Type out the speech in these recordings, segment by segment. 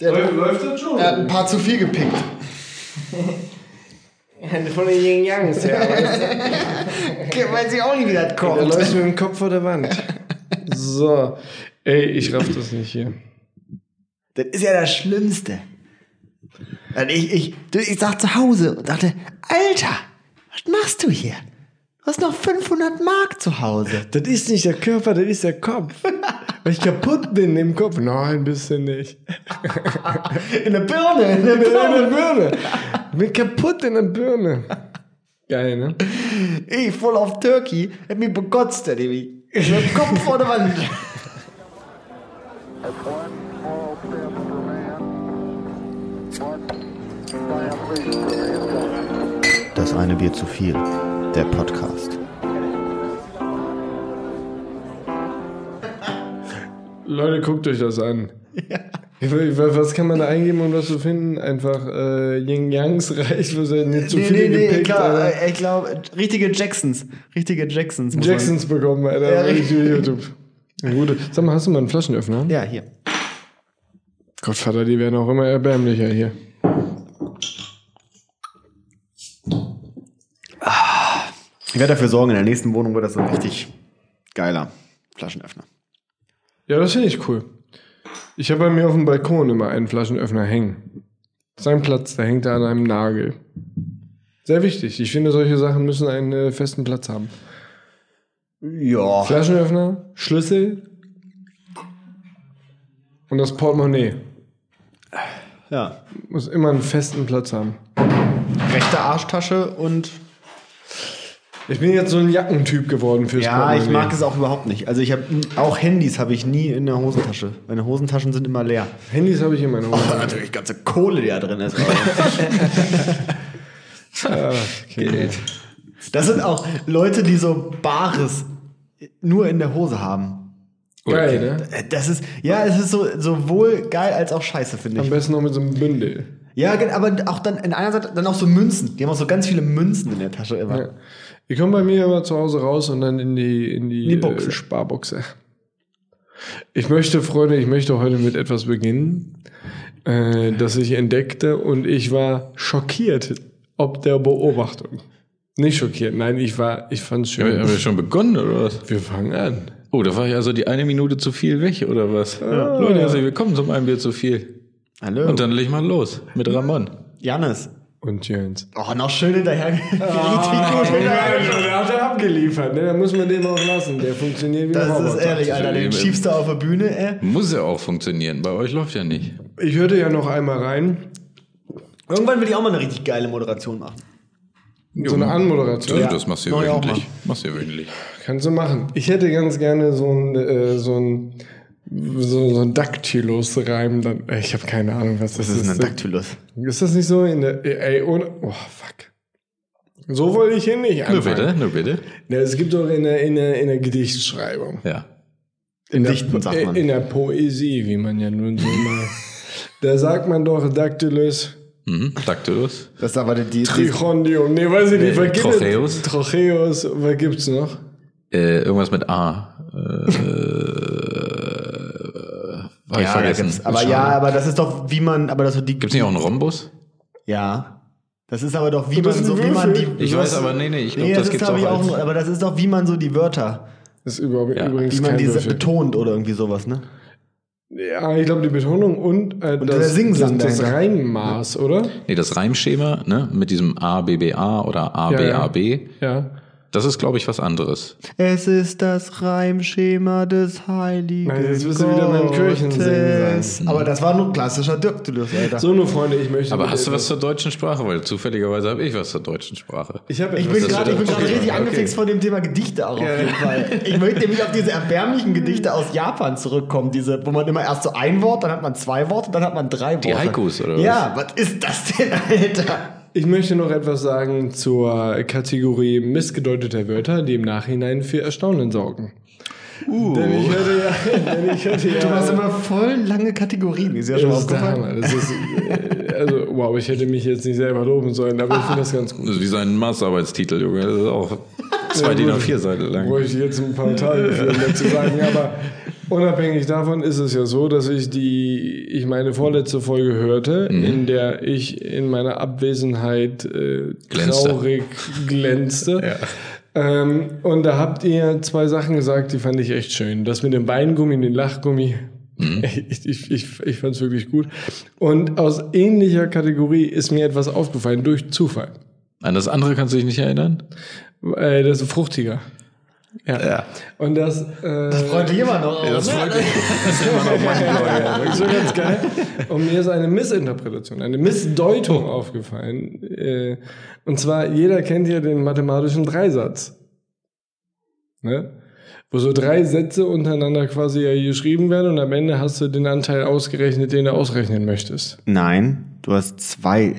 Der hat Läuft das schon? er hat ein paar zu viel gepickt. Von den Yin Yangs her. Weiß ich auch nicht, wie das Da kommt. läufst du mit dem Kopf vor der Wand. So. Ey, ich raff das nicht hier. Das ist ja das Schlimmste. Und ich, ich, du, ich saß zu Hause und dachte, Alter, was machst du hier? Du hast noch 500 Mark zu Hause. Das ist nicht der Körper, das ist der Kopf. Weil ich kaputt bin im Kopf. Nein, bist du nicht. In der Birne, in Ich bin in der Birne. Ich bin kaputt in der Birne. Geil, ne? Ich voll auf Turkey, hab mich begotzt, der Demi. Ich hab den Kopf vor der Wand. That's one small step for man, one giant leap for mankind. Das eine Bier zu viel. Der Podcast. Leute, guckt euch das an. Ich will- wa- Was kann man da eingeben, um das zu finden? Einfach äh, Yin Yangs reich, was er nicht zu Nee, viel nee, nee, ich gepickt glaube, hat. ich glaub, richtige Jacksons. Richtige Jacksons. muss man- Jacksons bekommen, Alter, Ja, bei YouTube. Gute. Sag mal, hast du mal einen Flaschenöffner? Ja, hier. Gottvater, die werden auch immer erbärmlicher hier. Ich werde dafür sorgen, in der nächsten Wohnung wird das so ein richtig geiler Flaschenöffner. Ja, das finde ich cool. Ich habe bei mir auf dem Balkon immer einen Flaschenöffner hängen. Sein Platz, der hängt da an einem Nagel. Sehr wichtig. Ich finde, solche Sachen müssen einen äh, festen Platz haben. Ja. Flaschenöffner, Schlüssel und das Portemonnaie. Ja. Muss immer einen festen Platz haben. Rechte Arschtasche und. Ich bin jetzt so ein Jackentyp geworden fürs Ja, Portemonnaie. ich mag es auch überhaupt nicht. Also ich habe auch Handys habe ich nie in der Hosentasche. Meine Hosentaschen sind immer leer. Handys habe ich in meiner Hose. natürlich ganze Kohle, die da drin ist. Geld. Das sind auch Leute, die so Bares nur in der Hose haben. Äh, Geil, ne? Das ist, ja, es ist so, sowohl geil als auch scheiße, finde Am ich. besten noch mit so einem Bündel. Ja, gen- aber auch dann, in einer Seite, dann auch so Münzen. Die haben auch so ganz viele Münzen in der Tasche immer. Ja. Die kommen bei mir immer zu Hause raus und dann in die, in die, Die Box. Äh, Sparboxe. Ich möchte, Freunde, ich möchte heute mit etwas beginnen, äh, das ich entdeckte und ich war schockiert ob der Beobachtung. Nicht schockiert, nein, ich war, ich fand's Ja, schön. Haben wir schon begonnen, oder was? Wir fangen an. Oh, da war ich also die eine Minute zu viel weg, oder was? Leute, also willkommen zum einen Bier zu viel. Hallo. Und dann leg mal los mit Ramon. Janis. Und Jens. Oh, noch schön hinterher. Ah, Richtig gut. Der hat er abgeliefert, ne? Da muss man den auch lassen. Der funktioniert wie Oh, Das ein ist ehrlich, Alter. Den schiebst du auf der Bühne, ey. Muss ja auch funktionieren. Bei euch läuft ja nicht. Ich hörte ja noch einmal rein. Irgendwann will ich auch mal eine richtig geile Moderation machen. So eine Anmoderation. Also, das machst du ja Mach ich auch wöchentlich. Machst du ja wöchentlich. Kannst du machen. Ich hätte ganz gerne so ein, äh, so ein, so, so ein Dactylus-Reim. dann- Äh, Ich habe keine Ahnung, was das, Das ist ein ist. Dactylus. Ist das nicht so in der, ey, ohne, oh, fuck. So wollte ich hin nicht Nur anfangen. bitte, nur bitte. Na, es gibt doch in der, in der, in der Gedichtschreibung. Ja. Im Dichten, sagt In man. der Poesie, wie man ja nun so mal, da sagt man doch Dactylus, Mhm. Dactylus. Das ist aber die, die, Trichondium, nee, weiß ich nicht, was gibt es? Trocheus. Trocheus, was gibt's noch? Äh, irgendwas mit A. Äh, hab ich ja, da vergessen. gibt's, aber Schade. ja, aber das ist doch, wie man, aber das wird die. Gibt's nicht auch einen Rhombus? Ja. Das ist aber doch, wie Das man ist ein so, wie man die. Würfel. Ich weiß aber, nee, nee, ich glaube, nee, das, das, gibt's ist, auch, glaube ich, auch als, nur, aber das ist doch, wie man so die Wörter, Das ist über, Ja, übrigens wie man kein die Würfel. betont oder irgendwie sowas, ne? Ja, Ah, ich glaube, die Betonung und, äh, das, der Singsang das, das dahinter. Reinmaß, oder? Nee, das Reimschema, ne, mit diesem A, B, B, A oder A, Ja, B, ja. A, B, Ja. das ist, glaube ich, was anderes. Es ist das Reimschema des Heiligen. Nein, jetzt wirst du wieder beim Kirchensingen sein. Aber das war nur klassischer Dactylus, Alter. So, nur Freunde, ich möchte. Aber mit hast du was etwas- zur deutschen Sprache? Weil zufälligerweise habe ich was zur deutschen Sprache. Ich, hab Ich etwas- bin Das gerade ist ich bin doch- gerade okay, richtig okay. angefixt von dem Thema Gedichte auch auf jeden Fall. Ich möchte nämlich auf diese erbärmlichen Gedichte aus Japan zurückkommen, diese, wo man immer erst so ein Wort, dann hat man zwei Worte, dann hat man drei Worte. Die Haikus, oder was? Ja, was ist das denn, Alter? ich möchte noch etwas sagen zur Kategorie missgedeuteter Wörter, die im Nachhinein für Erstaunen sorgen. Denn ich hörte ja. denn ich hörte ja Uh. Du hast immer voll lange Kategorien, ist ja schon das ist der aufgefallen. Hammer. Das ist, äh, also, wow, ich hätte mich jetzt nicht selber loben sollen, aber ich finde das ganz gut. Das ist wie sein Masterarbeitstitel, Junge. Das ist auch zwei DIN A4 Seiten lang. Wo ich jetzt ein paar Tage viel dazu sagen, aber Unabhängig davon ist es ja so, dass ich die, ich meine vorletzte Folge hörte, Mhm. in der ich in meiner Abwesenheit äh, Glänzte. traurig glänzte. Ähm, und da habt ihr zwei Sachen gesagt, die fand ich echt schön. Das mit dem Weingummi und dem Lachgummi. Mhm. Ich, ich, ich, ich fand es wirklich gut. Und aus ähnlicher Kategorie ist mir etwas aufgefallen, durch Zufall. An das andere kannst du dich nicht erinnern? Äh, das ist fruchtiger. Ja. Ja. Und das, äh, das Freut dich immer noch. ne? das oder? freut mich. Das ist Oh immer noch Das ist so ganz geil. Und mir ist eine Missinterpretation, eine Missdeutung aufgefallen. Äh, Und zwar, jeder kennt ja den mathematischen Dreisatz. Ne? Wo so drei Sätze untereinander quasi ja geschrieben werden und am Ende hast du den Anteil ausgerechnet, den du ausrechnen möchtest. Nein, du hast zwei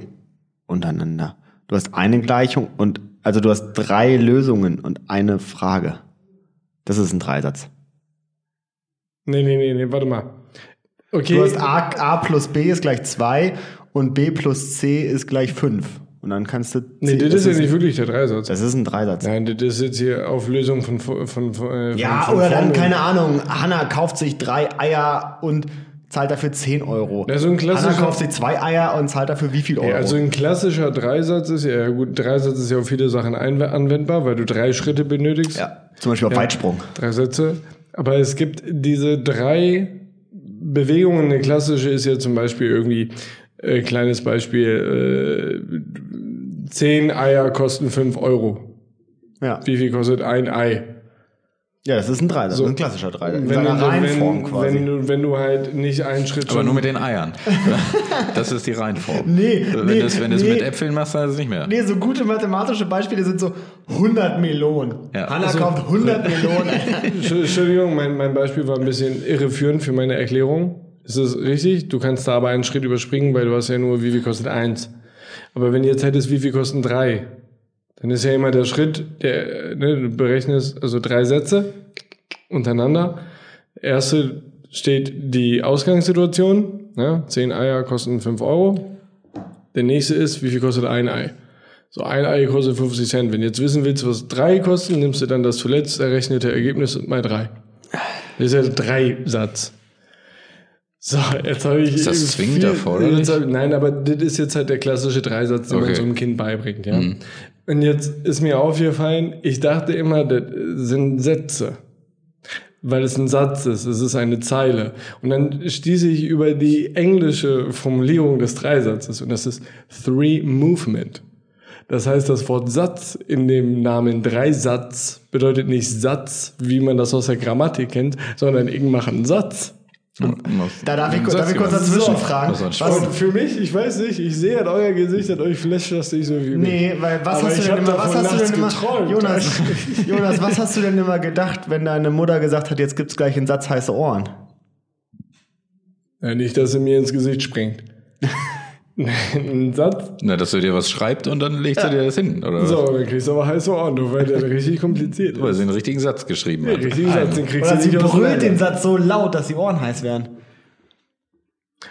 untereinander. Du hast eine Gleichung und also du hast drei Lösungen und eine Frage. Das ist ein Dreisatz. Nee, nee, nee, nee, warte mal. Okay. Du hast ja, A, A plus B ist gleich 2 Und B plus C ist gleich 5. Und dann kannst du. nee, das ist ja nicht wirklich der Dreisatz. Das ist ein Dreisatz. Nein, das ist jetzt hier Auflösung von, von, von, von Ja, von oder dann, Formeln. keine Ahnung, Hanna kauft sich drei Eier und zahlt dafür 10 Euro. Ja, so ein klassischer- Hanna kauft sich zwei Eier und zahlt dafür wie viel Euro? Ja, also ein klassischer Dreisatz ist ja, ja gut, Dreisatz ist ja auf viele Sachen einw- anwendbar, weil du drei Schritte benötigst, ja. Zum Beispiel auf Weitsprung. drei Sätze. Aber es gibt diese drei Bewegungen. Eine klassische ist ja zum Beispiel irgendwie, äh, kleines Beispiel, äh, zehn Eier kosten fünf Euro. Ja. Wie viel kostet ein Ei? Ja, das ist ein Dreisatz. ein klassischer Dreisatz. Wenn, seiner du, Reihenform wenn, quasi. wenn, du, wenn du halt nicht einen Schritt Aber schon- nur mit den Eiern. Das ist die Reihenform. Nee, Wenn nee, du es wenn du es nee. mit Äpfeln machst, dann ist es nicht mehr. Nee, so gute mathematische Beispiele sind so 100 Melonen. Ja. Hanna Also- kauft 100 Melonen. Entschu- Entschuldigung, mein, mein Beispiel war ein bisschen irreführend für meine Erklärung. Ist das richtig? Du kannst da aber einen Schritt überspringen, weil du hast ja nur, wie viel kostet eins. Aber wenn du jetzt hättest, wie viel kosten drei, dann ist ja immer der Schritt, der, äh, ne, du berechnest also drei Sätze untereinander. Erste steht die Ausgangssituation, ne? zehn Eier kosten fünf Euro. Der nächste ist, wie viel kostet ein Ei? So ein Ei kostet 50 Cent. Wenn du jetzt wissen willst, was drei kosten, nimmst du dann das zuletzt errechnete Ergebnis mal drei. Das ist ja der Dreisatz. So, jetzt habe ich. Ist das zwingend viel- erforderlich? Jetzt hab, nein, aber das ist jetzt halt der klassische Dreisatz, den man Okay. so einem Kind beibringt, ja. Und jetzt ist mir aufgefallen, ich dachte immer, das sind Sätze. Weil es ein Satz ist, es ist eine Zeile. Und dann stieß ich über die englische Formulierung des Dreisatzes und das ist Three Movement. Das heißt, das Wort Satz in dem Namen Dreisatz bedeutet nicht Satz, wie man das aus der Grammatik kennt, sondern ich mache einen Satz. Hm, Da darf ich, Satz darf ich kurz gemacht. dazwischen So. fragen. Das war ein Was, Und für mich, ich weiß nicht, ich sehe an euer Gesicht, an euch flasht das nicht so wie mich. Nee, weil was Aber hast du ich denn hab immer, was davon hast du denn immer, nachts geträumt. Jonas, Jonas, was hast du denn immer gedacht, wenn deine Mutter gesagt hat, jetzt gibt's gleich einen Satz heiße Ohren? Ja, Äh, nicht, dass er mir ins Gesicht springt. Ein Satz. Na, dass du dir was schreibst und dann legst du dir das hin, oder? So, dann kriegst du aber heiße Ohren, du, weil der richtig kompliziert Weil ist. sie den richtigen Satz geschrieben hat. Den richtigen Satz, den kriegst du Oder sie nicht auseinander. brüllt den Satz so laut, dass die Ohren heiß werden.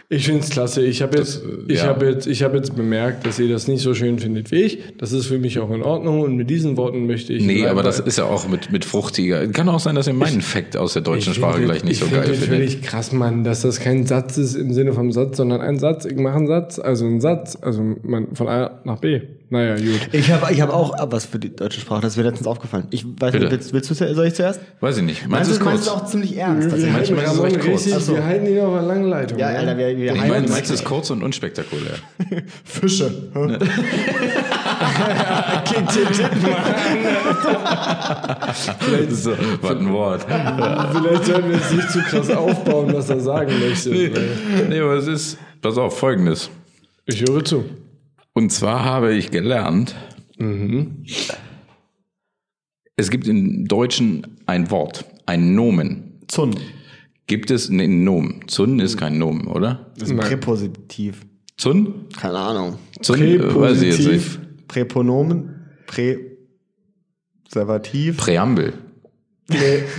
Ich finde es klasse. Ich habe jetzt, äh, ich ja. hab jetzt, ich hab jetzt bemerkt, dass ihr das nicht so schön findet wie ich. Das ist für mich auch in Ordnung und mit diesen Worten möchte ich. Nee, bleiben. aber das ist ja auch mit, mit fruchtiger. Kann auch sein, dass ihr meinen Fact aus der deutschen Ich Sprache finde- gleich nicht so ich geil finde findet. natürlich krass, Mann, dass das kein Satz ist im Sinne vom Satz, sondern ein Satz. Ich mache einen Satz, also einen Satz, also man, von A nach B. Naja, gut. Ich habe ich hab auch ah, was für die deutsche Sprache, das ist mir letztens aufgefallen. Ich weiß Bitte. nicht, willst, willst du soll ich zuerst? Weiß ich nicht. Meinst Meinst du du, es kurz? meinst du auch ziemlich ernst? dass halten Manchmal ist es Ramon recht kurz. richtig, Ach so. wir halten ihn auf einer langen Leitung. Ja, ne? Alter, wir, wir ich heilen meine, uns meinst du es kurz und unspektakulär? Fische. so, was ein Wort. Also Vielleicht sollten wir es nicht zu krass aufbauen, was er sagen möchte. weil- nee, aber es ist, pass auf, folgendes. Ich höre zu. Und zwar habe ich gelernt, Mhm. es gibt im Deutschen ein Wort, ein Nomen. Zun. Gibt es nee, ein Nomen? Zun ist kein Nomen, oder? Das ist Präpositiv. Zun? Keine Ahnung. Zun? Äh, weiß ich jetzt Präpositiv. nicht. Präponomen. Präservativ. Präambel. Nee.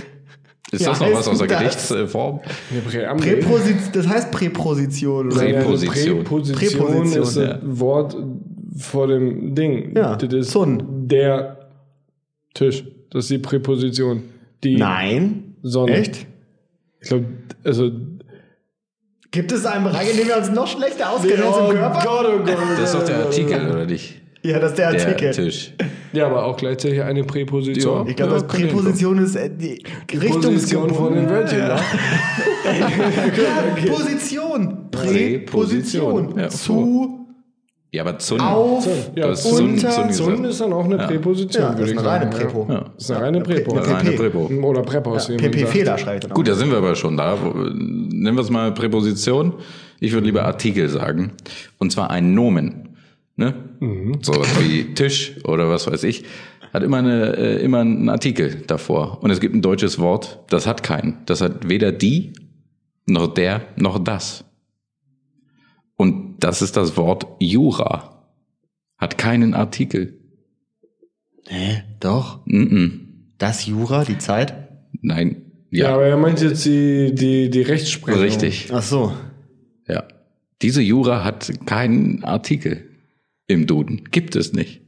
Ist Ja, das noch was heißt aus der das? Gedichtsform? Eine Präambel. Präposi das heißt Präposition. Oder? Prä- Ja, eine Präposition. Präposition, Präposition, ist das Wort vor dem Ding. Ja, Das ist Zun. der Tisch. Das ist die Präposition. Die Nein. Hm. Sonne. Echt? Ich glaube, also. Gibt es einen Bereich, in dem wir uns noch schlechter auskennen als im Körper? oh Gott. Das ist doch der Artikel, oder nicht? Ja, das ist der Der Artikel. Tisch. Ja, aber auch gleichzeitig eine Präposition. genau. Ja. ich glaube, das könnte Präposition ist äh, die Richtungsgebung. Position von den Wörtern. Ja, Position. Präposition. Präposition. Ja, Zu, Ja, aber Zun. auf, Ja, Das ist Sun- unter. Sun gesagt. Zun ist dann auch eine Präposition, Ja, das würde ist ich eine reine sagen. Präpo. Ja. Das ist eine reine Präpo. Eine Reine PP. Präpo. Oder Präpos. wie man sagt. PP-Fehler schreibe ich dann auch. Gut, da sind wir aber schon da. Wo- Nennen wir es mal Präposition. Ich würde lieber Artikel sagen. Und zwar ein Nomen. Ne? So was wie Tisch oder was weiß ich. Hat immer, eine, äh, immer einen Artikel davor. Und es gibt ein deutsches Wort, das hat keinen. Das hat weder die, noch der, noch das. Und das ist das Wort Jura. Hat keinen Artikel. Hä? Doch. Das Jura, die Zeit? Nein. Ja, Ja, aber er meint jetzt die, die, die Rechtsprechung. richtig. Ach so. Ja. Diese Jura hat keinen Artikel im Duden. Gibt es nicht.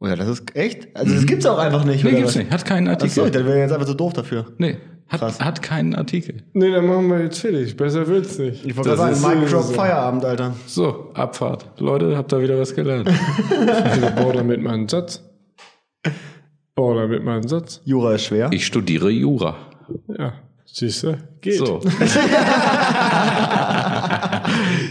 Oh ja, das ist echt? Also das gibt's auch einfach nicht, Nee, oder? gibt's was? nicht. Hat keinen Ach so, Artikel. dann wäre ich jetzt einfach so doof dafür. nee, Krass. hat, hat keinen Artikel. Nee, dann machen wir jetzt fertig. Besser wird's nicht. Ich wollte gerade ist sagen, Mic Drop sowieso. Feierabend, Alter. So, Abfahrt. Leute, habt da wieder was gelernt. Ich baue damit mal einen Satz. Bau damit mal einen Satz. Jura ist schwer. Ich studiere Jura. Ja. Siehst du? Geht. So,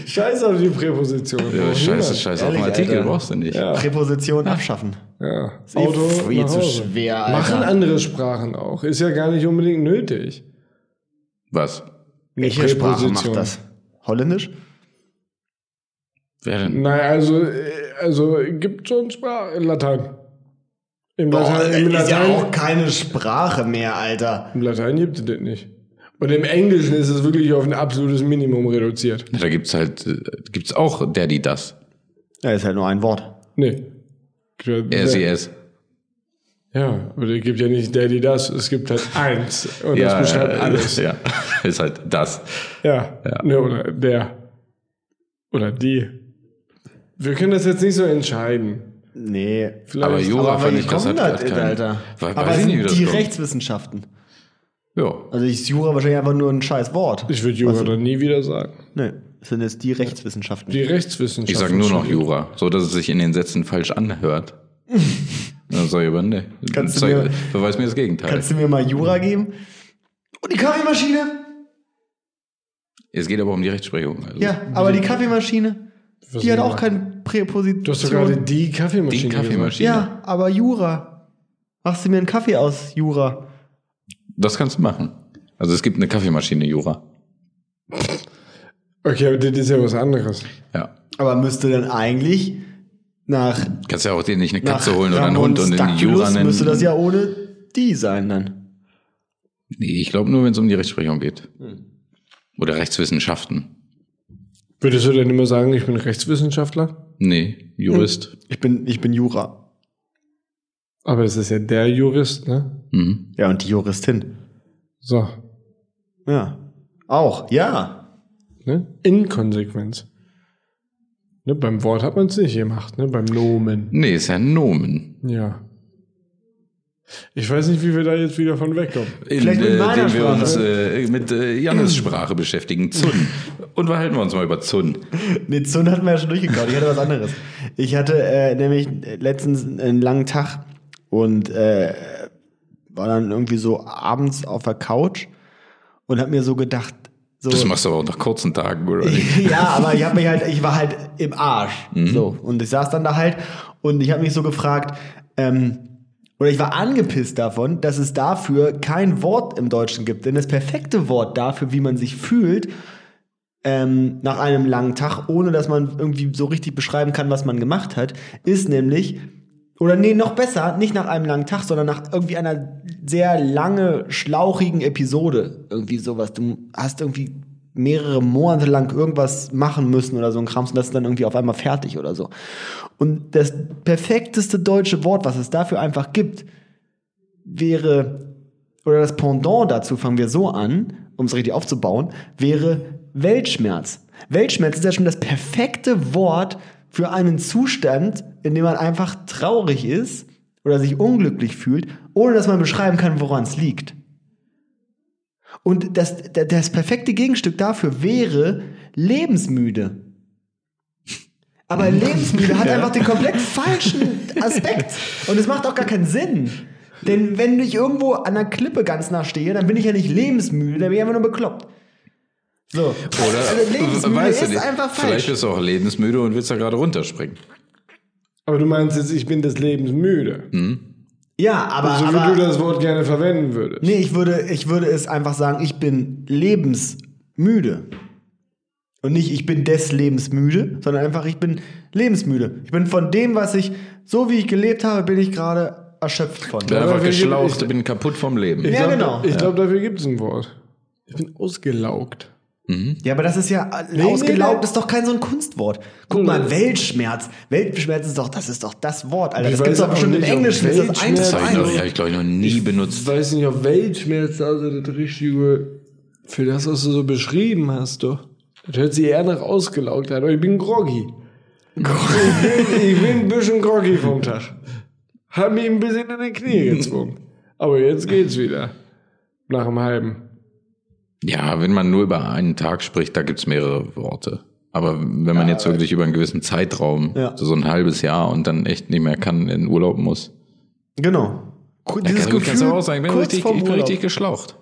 Scheiß auf die Präposition. ja, scheiße, scheiße. Auf Ehrlich, einen Artikel Alter. brauchst du nicht. Ja. Präposition abschaffen. ja. Auto Pff, eh viel nach zu Hause. schwer, Alter. Machen andere Sprachen auch. Ist ja gar nicht unbedingt nötig. Was? Eine Welche Sprache macht Präposition. das? Holländisch? Wer denn? Nein, also, äh, also gibt schon Sprache. Latein. Im Also, Latein, im Oh, äh, ist ja Latein, auch keine Sprache mehr, Alter. im Latein gibt es das nicht. Und im Englischen ist es wirklich auf ein absolutes Minimum reduziert. Na, Da gibt's halt, äh, gibt's auch der, die das. Ja, ist halt nur ein Wort. Nee. RCS. Ja, aber es gibt ja nicht Daddy das, es gibt halt eins. Und das beschreibt äh, alles. Ja, ist halt das. Ja. Ne, oder der. Oder die. Wir können das jetzt nicht so entscheiden. Nee. Vielleicht Aber Jura fand wie ich, das kommt hat, das hat denn, keinen, Alter? Weiß, Aber weiß ich sind nicht, wie das die kommt. Rechtswissenschaften? Ja. Also ist Jura wahrscheinlich einfach nur ein scheiß Wort. Ich würde Jura Also- dann nie wieder sagen. nee, das sind jetzt die Rechtswissenschaften. Die Ich Rechtswissenschaft. sage nur noch Jura, so dass es sich in den Sätzen falsch anhört. Dann sag ich aber, nee. Kannst du Zeig- mir- beweis mir das Gegenteil. Kannst du mir mal Jura geben? Und die Kaffeemaschine? es geht aber um die Rechtsprechung. Also Ja, aber die Kaffeemaschine, die hat auch keine Präposition. Du hast doch gerade die Die Kaffeemaschine. gesagt. Kaffeemaschine. Ja, aber Jura. Machst du mir einen Kaffee aus Jura? Das kannst du machen. Also es gibt eine Kaffeemaschine, Jura. Okay, aber das ist ja was anderes. Ja. Aber müsste dann eigentlich nach, Kannst ja auch dir nicht eine nach Katze holen oder einen Hund Ramons und in die Dactylus Jura nennen. müsste das ja ohne die sein dann. Nee, ich glaube nur, wenn es um die Rechtsprechung geht. Oder Rechtswissenschaften. Würdest du denn immer sagen, ich bin Rechtswissenschaftler? Nee, Jurist. Ich bin, ich bin Jura. Aber es ist ja der Jurist, ne? Hm. Mhm. Ja, und die Juristin. So. Ja. Auch, ja. Ne? Inkonsequenz. Ne? Beim Wort hat man es nicht gemacht, ne? Beim Nomen. Nee, ist ja ein Nomen. Ja. Ich weiß nicht, wie wir da jetzt wieder von wegkommen. In Vielleicht mit äh, meiner dem wir Sprache. uns äh, mit äh, Jannes Sprache beschäftigen. Zun. Unterhalten wir uns mal über Zun. Nee, Zun hatten wir ja schon durchgekaut. Ich hatte was anderes. Ich hatte äh, nämlich letztens einen langen Tag und äh, war dann irgendwie so abends auf der Couch und hab mir so gedacht, so. Das machst du aber auch nach kurzen Tagen, oder? nicht? Mhm. ja, aber ich habe mich halt, ich war halt im Arsch. So. Und ich saß dann da halt und ich habe mich so gefragt, ähm, oder ich war angepisst davon, dass es dafür kein Wort im Deutschen gibt. Denn das perfekte Wort dafür, wie man sich fühlt, ähm, nach einem langen Tag, ohne dass man irgendwie so richtig beschreiben kann, was man gemacht hat, ist nämlich, oder nee, noch besser, nicht nach einem langen Tag, sondern nach irgendwie einer sehr lange, schlauchigen Episode. Irgendwie sowas. Du hast irgendwie mehrere Monate lang irgendwas machen müssen oder so ein Krams und das ist dann irgendwie auf einmal fertig oder so. Und das perfekteste deutsche Wort, was es dafür einfach gibt, wäre oder das Pendant dazu, fangen wir so an, um es richtig aufzubauen, wäre Weltschmerz. Weltschmerz ist ja schon das perfekte Wort für einen Zustand, in dem man einfach traurig ist oder sich unglücklich fühlt, ohne dass man beschreiben kann, woran es liegt. Und das, das, das perfekte Gegenstück dafür wäre lebensmüde. Aber lebensmüde hat einfach den komplett falschen Aspekt. Und es macht auch gar keinen Sinn. Denn wenn ich irgendwo an einer Klippe ganz nah stehe, dann bin ich ja nicht lebensmüde, dann bin ich einfach nur bekloppt. So. Oder Also lebensmüde weißt du ist nicht. einfach falsch. Vielleicht bist du auch lebensmüde und willst da gerade runterspringen. Aber du meinst jetzt, ich bin des Lebens müde. Ja, aber, So aber wie du das Wort gerne verwenden würdest. nee, ich würde, ich würde es einfach sagen, ich bin lebensmüde. Und nicht, ich bin des Lebens müde, sondern einfach, ich bin lebensmüde. Ich bin von dem, was ich, so wie ich gelebt habe, bin ich gerade erschöpft von. Bin Aber einfach wir- geschlaucht, ich- bin kaputt vom Leben. Ich Ja, genau. glaub, Ich glaube, dafür gibt es ein Wort. Ich bin ausgelaugt. Ja, aber das ist ja nee, ausgelaugt, nee. ist doch kein so ein Kunstwort. Guck mal, Weltschmerz. Weltschmerz ist doch, das ist doch das Wort, Alter. Ich Das weiß gibt's doch auch bestimmt im nicht, ob Englischen. Ist das eins Weltschmerz- zu Das habe ich, eins. noch- hab ich glaube ich, noch nie benutzt. Ich weiß nicht, ob Weltschmerz also das Richtige für das, was du so beschrieben hast, doch. Das hört sich eher nach ausgelaugt an, aber ich bin groggy. Ich bin, ich bin ein bisschen groggy vom Tag. Hab mich ein bisschen in die Knie gezwungen. Aber jetzt geht's wieder. Nach dem halben. Ja, wenn man nur über einen Tag spricht, da gibt's mehrere Worte. Aber wenn man jetzt wirklich über einen gewissen Zeitraum, Ja. so ein halbes Jahr und dann echt nicht mehr kann, in Urlaub muss, Genau. Ku- Dieses ja, gut, kannst du Gefühl, auch sagen, ich bin, kurz richtig, vorm ich bin Urlaub. richtig geschlaucht.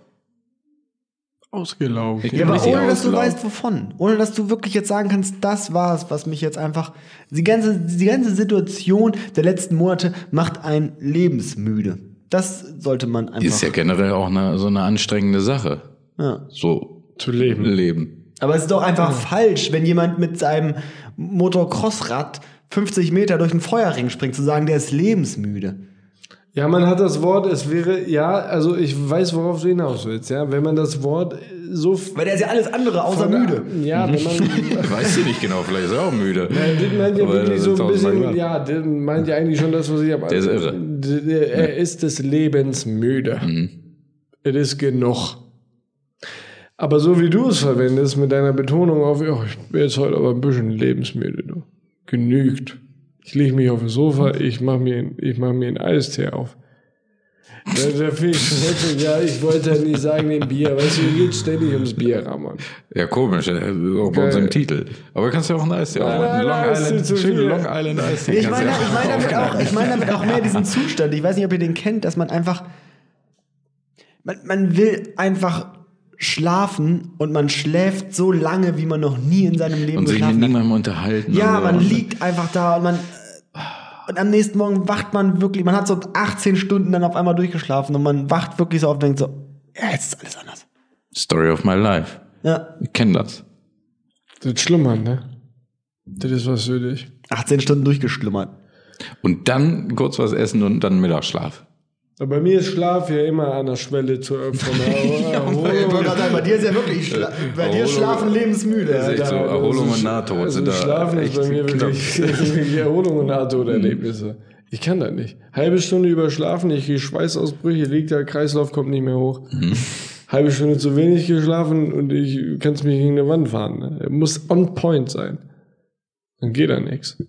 Ausgelaugt. Ich Ja, bin aber richtig ohne, dass du ausgelaugt. weißt, wovon. Ohne, dass du wirklich jetzt sagen kannst, das war's, was mich jetzt einfach. Die ganze, die ganze Situation der letzten Monate macht einen lebensmüde. Das sollte man einfach. Ist ja generell auch eine, so eine anstrengende Sache. Ja. So Zu leben. leben. Aber es ist doch einfach falsch, wenn jemand mit seinem Motocrossrad 50 Meter durch einen Feuerring springt, zu sagen, der ist lebensmüde. Ja, man hat das Wort, es wäre, ja, also ich weiß, worauf du hinaus willst, ja. Wenn man das Wort so. Weil der ist ja alles andere außer müde. Mhm. Ja, wenn man. Weißt du nicht genau, vielleicht ist er auch müde. Das meint ja Aber wirklich das so ist ein doch bisschen, manchmal- ja, das meint ja eigentlich schon das, was ich am ist irre. Mhm. D- d- Er ist des Lebens müde. Es ist genug. Aber so wie du es verwendest, mit deiner Betonung auf, ja, ich bin jetzt heute aber ein bisschen lebensmüde, du. Genügt. Ich lege mich auf das Sofa, ich mache mir, ich mach mir einen Eistee auf. Da, da finde ich schon heftig, ja, ich wollte ja nicht sagen, den Bier. Weißt du, hier geht ständig ums Bier, Ramon. Ja, komisch, äh, auch bei unserem Titel. Aber kannst ja auch ein Eis ja, nein, Long nein, ist Island, zu schön viel. Long Island Eis. Ich meine, ich, meine damit auch, ich meine damit auch mehr diesen Zustand. Ich weiß nicht, ob ihr den kennt, dass man einfach. Man, man will einfach schlafen und man schläft so lange, wie man noch nie in seinem Leben und sich mit geschlafen hat. niemandem unterhalten. Ja, und so. man liegt einfach da und man. Und am nächsten Morgen wacht man wirklich, man hat so 18 Stunden dann auf einmal durchgeschlafen und man wacht wirklich so auf und denkt so, ja, jetzt ist alles anders. Story of my life. Ja, Ich kenne das. Das ist Schlummern, ne? Das ist was für dich. 18 Stunden durchgeschlummert. Und dann kurz was essen und dann Mittagsschlaf. Aber bei mir ist Schlaf ja immer an der Schwelle zu von der Erholung. bei dir ist ja Äh, wirklich, bei dir schlafen lebensmüde. ist echt so. Erholung und Nahtod Also sind da Schlafen ist echt bei mir knapp. wirklich, wirklich Erholung und Nahtoderlebnisse. Ich kann das nicht. Halbe Stunde überschlafen, ich kriege Schweißausbrüche, liegt der Kreislauf kommt nicht mehr hoch. Mhm. Halbe Stunde zu wenig geschlafen und ich kann mich gegen eine Wand fahren. Ne? Er Muss on point sein. Dann geht da nichts.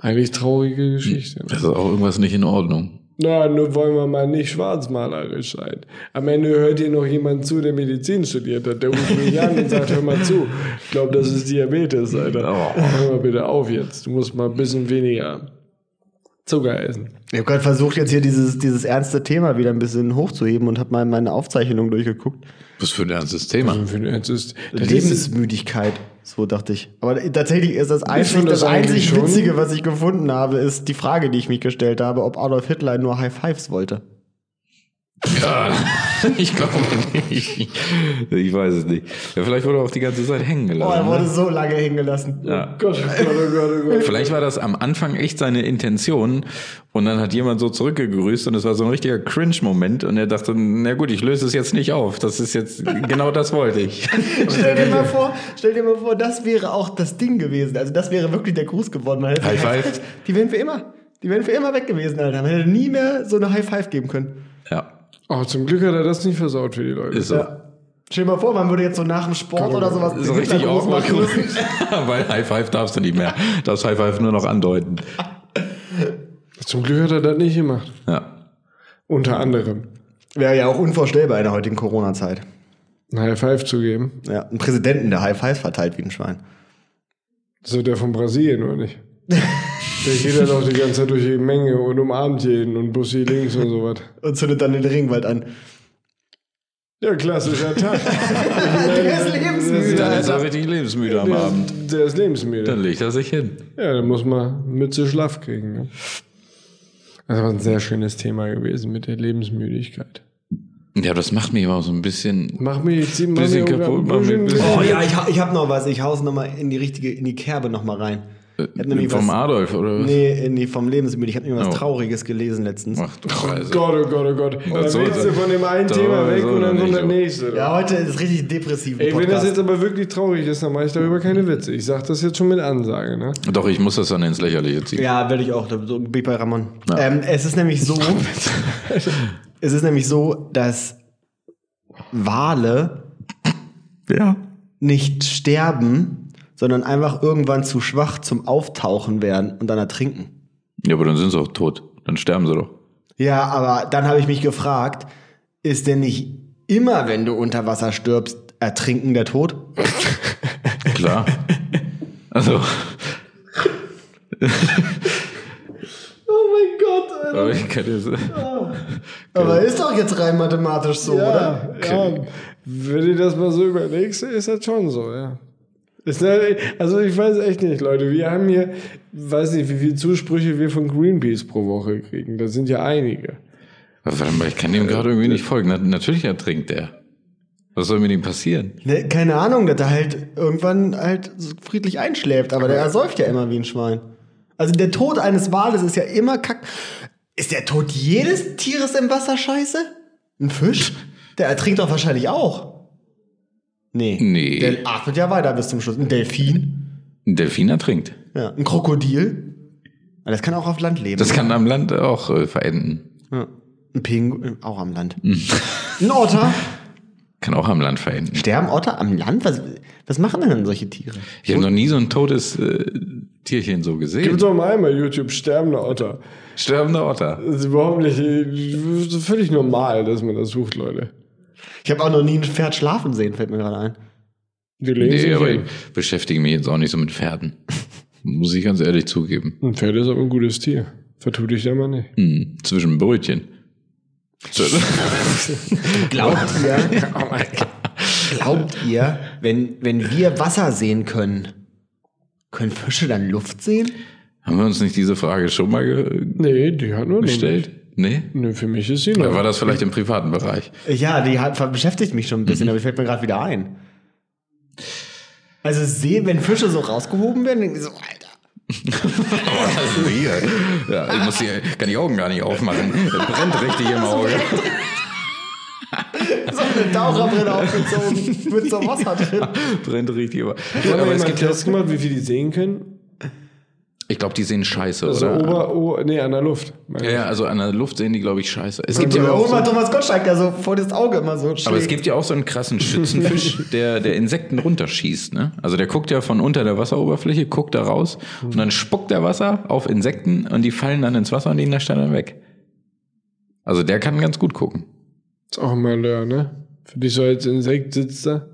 Eigentlich traurige Geschichte. Ne? Das ist auch irgendwas nicht in Ordnung. Na, nur wollen wir mal nicht schwarzmalerisch sein. Am Ende hört hier noch jemand zu, der Medizin studiert hat. Der ruft mich an und sagt, hör mal zu. Ich glaube, das ist Diabetes, Alter. Hör mal bitte auf jetzt. Du musst mal ein bisschen weniger Zucker essen. Ich habe gerade versucht, jetzt hier dieses, dieses ernste Thema wieder ein bisschen hochzuheben und habe mal meine Aufzeichnung durchgeguckt. Was für ein ernstes Thema. Das ist, das ist, Lebensmüdigkeit, so dachte ich. Aber tatsächlich ist das einzig, schon das das einzig eigentlich schon. Witzige, was ich gefunden habe, ist die Frage, die ich mich gestellt habe, ob Adolf Hitler nur High Fives wollte. Ich glaube nicht. Ich weiß es nicht. Ja, vielleicht wurde er auch die ganze Zeit hängen Boah, er gelassen. ne? wurde so lange hingelassen. ja. Gott, oh Gott, oh Gott, oh Gott. Vielleicht war das am Anfang echt seine Intention und dann hat jemand so zurückgegrüßt und es war so ein richtiger Cringe-Moment und er dachte, na gut, ich löse es jetzt nicht auf. Das ist jetzt, genau das wollte ich. Stell dir, mal vor, stell dir mal vor, das wäre auch das Ding gewesen. Also das wäre wirklich der Gruß geworden. Man hätte- High Five. Die wären für immer. Die wären für immer weg gewesen, Alter. Man hätte nie mehr so eine High Five geben können. Ja, Oh, zum Glück hat er das nicht versaut für die Leute. ist so. Stell dir mal vor, man würde jetzt so nach dem Sport oder sowas So den richtig Hitlergruß awkward machen müssen. grüßen. Weil High Five darfst du nicht mehr. Darfst High Five nur noch andeuten. Zum Glück hat er das nicht gemacht. Ja. Unter anderem. Wäre ja auch unvorstellbar in der heutigen Corona-Zeit. High Five zu geben. Ja, einen Präsidenten, der High Fives verteilt wie ein Schwein. So der von Brasilien, oder nicht? Der geht ja doch die ganze Zeit durch die Menge und umarmt jeden und Bussi links und sowas. Und zündet dann den Regenwald an. Ja, klassischer Tag. Der ist lebensmüde. Dann ist er richtig lebensmüde am Der Abend. ist, der ist lebensmüde. Dann legt er sich hin. Ja, da muss man Mütze schlaff kriegen. Ne? Das war ein sehr schönes Thema gewesen mit der Lebensmüdigkeit. Ja, das macht mich aber so ein bisschen. Mach mir jetzt sieben Bisschen kaputt, mach mich ein bisschen- Oh ja, ich, ha- ich hab noch was. Ich hau's noch mal in die richtige, in die Kerbe noch mal rein. Ich hab nämlich äh, Vom was, Adolf, oder was? Nee, nee, vom Lebensmüde. Ich hab nämlich was Oh. Trauriges gelesen letztens. Ach du Scheiße. Gott, oh Gott, oh Gott. Da so, willst du so. von dem einen Da Thema weg so und dann noch kommt nicht das so. nächste. Ja, heute ist richtig depressiv. Ey, wenn das Podcast. jetzt aber wirklich traurig ist, dann mache ich darüber keine Witze. Ich sag das jetzt schon mit Ansage, ne? Doch, ich muss das dann ins Lächerliche ziehen. Ja, werde ich auch. Da so bin ich bei Ramon. Ähm, es ist nämlich so, es ist nämlich so, dass Wale Ja. nicht sterben, sondern einfach irgendwann zu schwach zum Auftauchen werden und dann ertrinken. Ja, aber dann sind sie auch tot. Dann sterben sie doch. Ja, aber dann habe ich mich gefragt, ist denn nicht immer, wenn du unter Wasser stirbst, ertrinken der Tod? Klar. Also. Oh mein Gott, Aber ich kann jetzt, Aber ist doch jetzt rein mathematisch so, oder? ja. Wenn du das mal so überlegst, ist das halt schon so, ja. Ist halt, also ich weiß echt nicht, Leute. Wir haben hier, weiß nicht, wie viele Zusprüche wir von Greenpeace pro Woche kriegen. Das sind ja einige. warte mal, ich kann dem gerade irgendwie nicht folgen. Na, natürlich ertrinkt er. Was soll mit ihm passieren? Ne, keine Ahnung, dass er halt irgendwann halt so friedlich einschläft, aber der ersäuft ja immer wie ein Schwein. Also der Tod eines Wales ist ja immer kack. Ist der Tod jedes Tieres im Wasser scheiße? Ein Fisch? Der ertrinkt doch wahrscheinlich auch. Nee. Nee. Der atmet ja weiter bis zum Schluss. Ein Delfin? Ein Delfin ertrinkt. Ja. Ein Krokodil? Aber Das kann auch auf Land leben. Das kann am Land auch äh, verenden. ja. Ein Pinguin, auch am Land. Ein Otter? Kann auch am Land verenden. Sterben Otter am Land? Was, was machen denn solche Tiere? Ich habe noch nie so ein totes äh, Tierchen so Gib gesehen. doch mal einmal YouTube sterbende Otter. Sterbender Otter. Das ist überhaupt nicht, das ist völlig normal, dass man das sucht, Leute. Ich habe auch noch nie ein Pferd schlafen sehen, fällt mir gerade ein. Die legen Nee, sich aber hin. ich beschäftige mich jetzt auch nicht so mit Pferden. Muss ich ganz ehrlich zugeben. Ein Pferd ist aber ein gutes Tier. Vertu dich da mal nicht. Hm, zwischen Brötchen. Glaubt ihr, Oh glaubt ihr wenn, wenn wir Wasser sehen können, können Fische dann Luft sehen? Haben wir uns nicht diese Frage schon mal ge Nee, die hat nur gestellt? Nee? Nee, für mich ist sie noch. Oder war das vielleicht im privaten Bereich? Ja, die hat, beschäftigt mich schon ein bisschen, aber fällt mir gerade wieder ein. Also sehen, wenn Fische so rausgehoben werden, denken die so, Alter. Also hier. Ja, ich muss hier, kann die Augen gar nicht aufmachen. Das brennt richtig im Auge. So eine Taucherbrille aufgezogen mit so Wasser drin. Brennt richtig im Auge. Haben Aber wir es mal einen gibt ja, Test gemacht, wie viel die sehen können? ich glaube, die sehen scheiße, Also oder? ober, ober, nee, an der Luft. Ja, ja, also an der Luft sehen die, glaube ich, scheiße. Es gibt ja Ja, auch hol so, mal Thomas Gottschalk, der so vor das Auge immer so schlägt. aber es gibt ja auch so einen krassen Schützenfisch, der, der Insekten runterschießt, ne? Also der guckt ja von unter der Wasseroberfläche, guckt da raus und dann spuckt der Wasser auf Insekten und die fallen dann ins Wasser und die naschen dann weg. Also der kann ganz gut gucken. Ist auch mal leer, ne? Für dich so als Insekt sitzt da.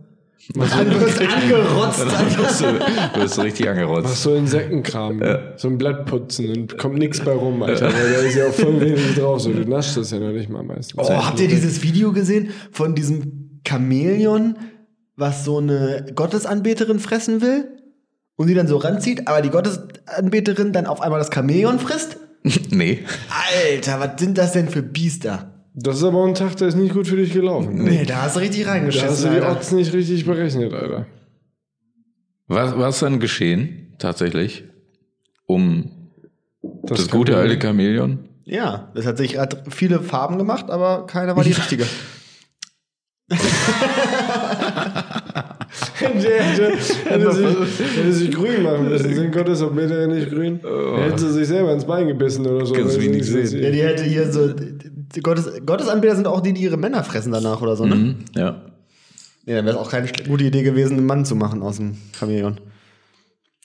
Du wirst angerotzt. Du wirst so- du wirst so äh, richtig angerotzt. Machst so Insektenkram. So ein Blatt putzen und kommt nichts bei rum, Alter. Weil da ist ja auch voll wenig drauf. So, du naschst das ja noch nicht mal meistens. Oh, habt ihr dieses Video gesehen von diesem Chamäleon, was so eine Gottesanbeterin fressen will und sie dann so ranzieht, aber die Gottesanbeterin dann auf einmal das Chamäleon frisst? Nee. Alter, was sind das denn für Biester? Das ist aber ein Tag, der ist nicht gut für dich gelaufen. Nee, da hast du richtig Da hast du reingeschissen, die Alter. Odds nicht richtig berechnet, Alter. Was, was dann geschehen, tatsächlich, um das, gute kann- alte Chamäleon? Ja, das hat sich hat viele Farben gemacht, aber keiner war die richtige. Der hätte, hätte, sich, hätte sich grün machen müssen. Sind Gottes ob Meter nicht grün? Er hätte sie sich selber ins Bein gebissen oder so. Oh. Weil Kannst du sie wenig nicht sehen. ja, die hätte hier so die Gottes, Gottesanbeter sind auch die, die ihre Männer fressen danach oder so, Mhm. ne? Hm, ja. Nee, dann wäre es auch keine schle- gute Idee gewesen, einen Mann zu machen aus dem Chamäleon.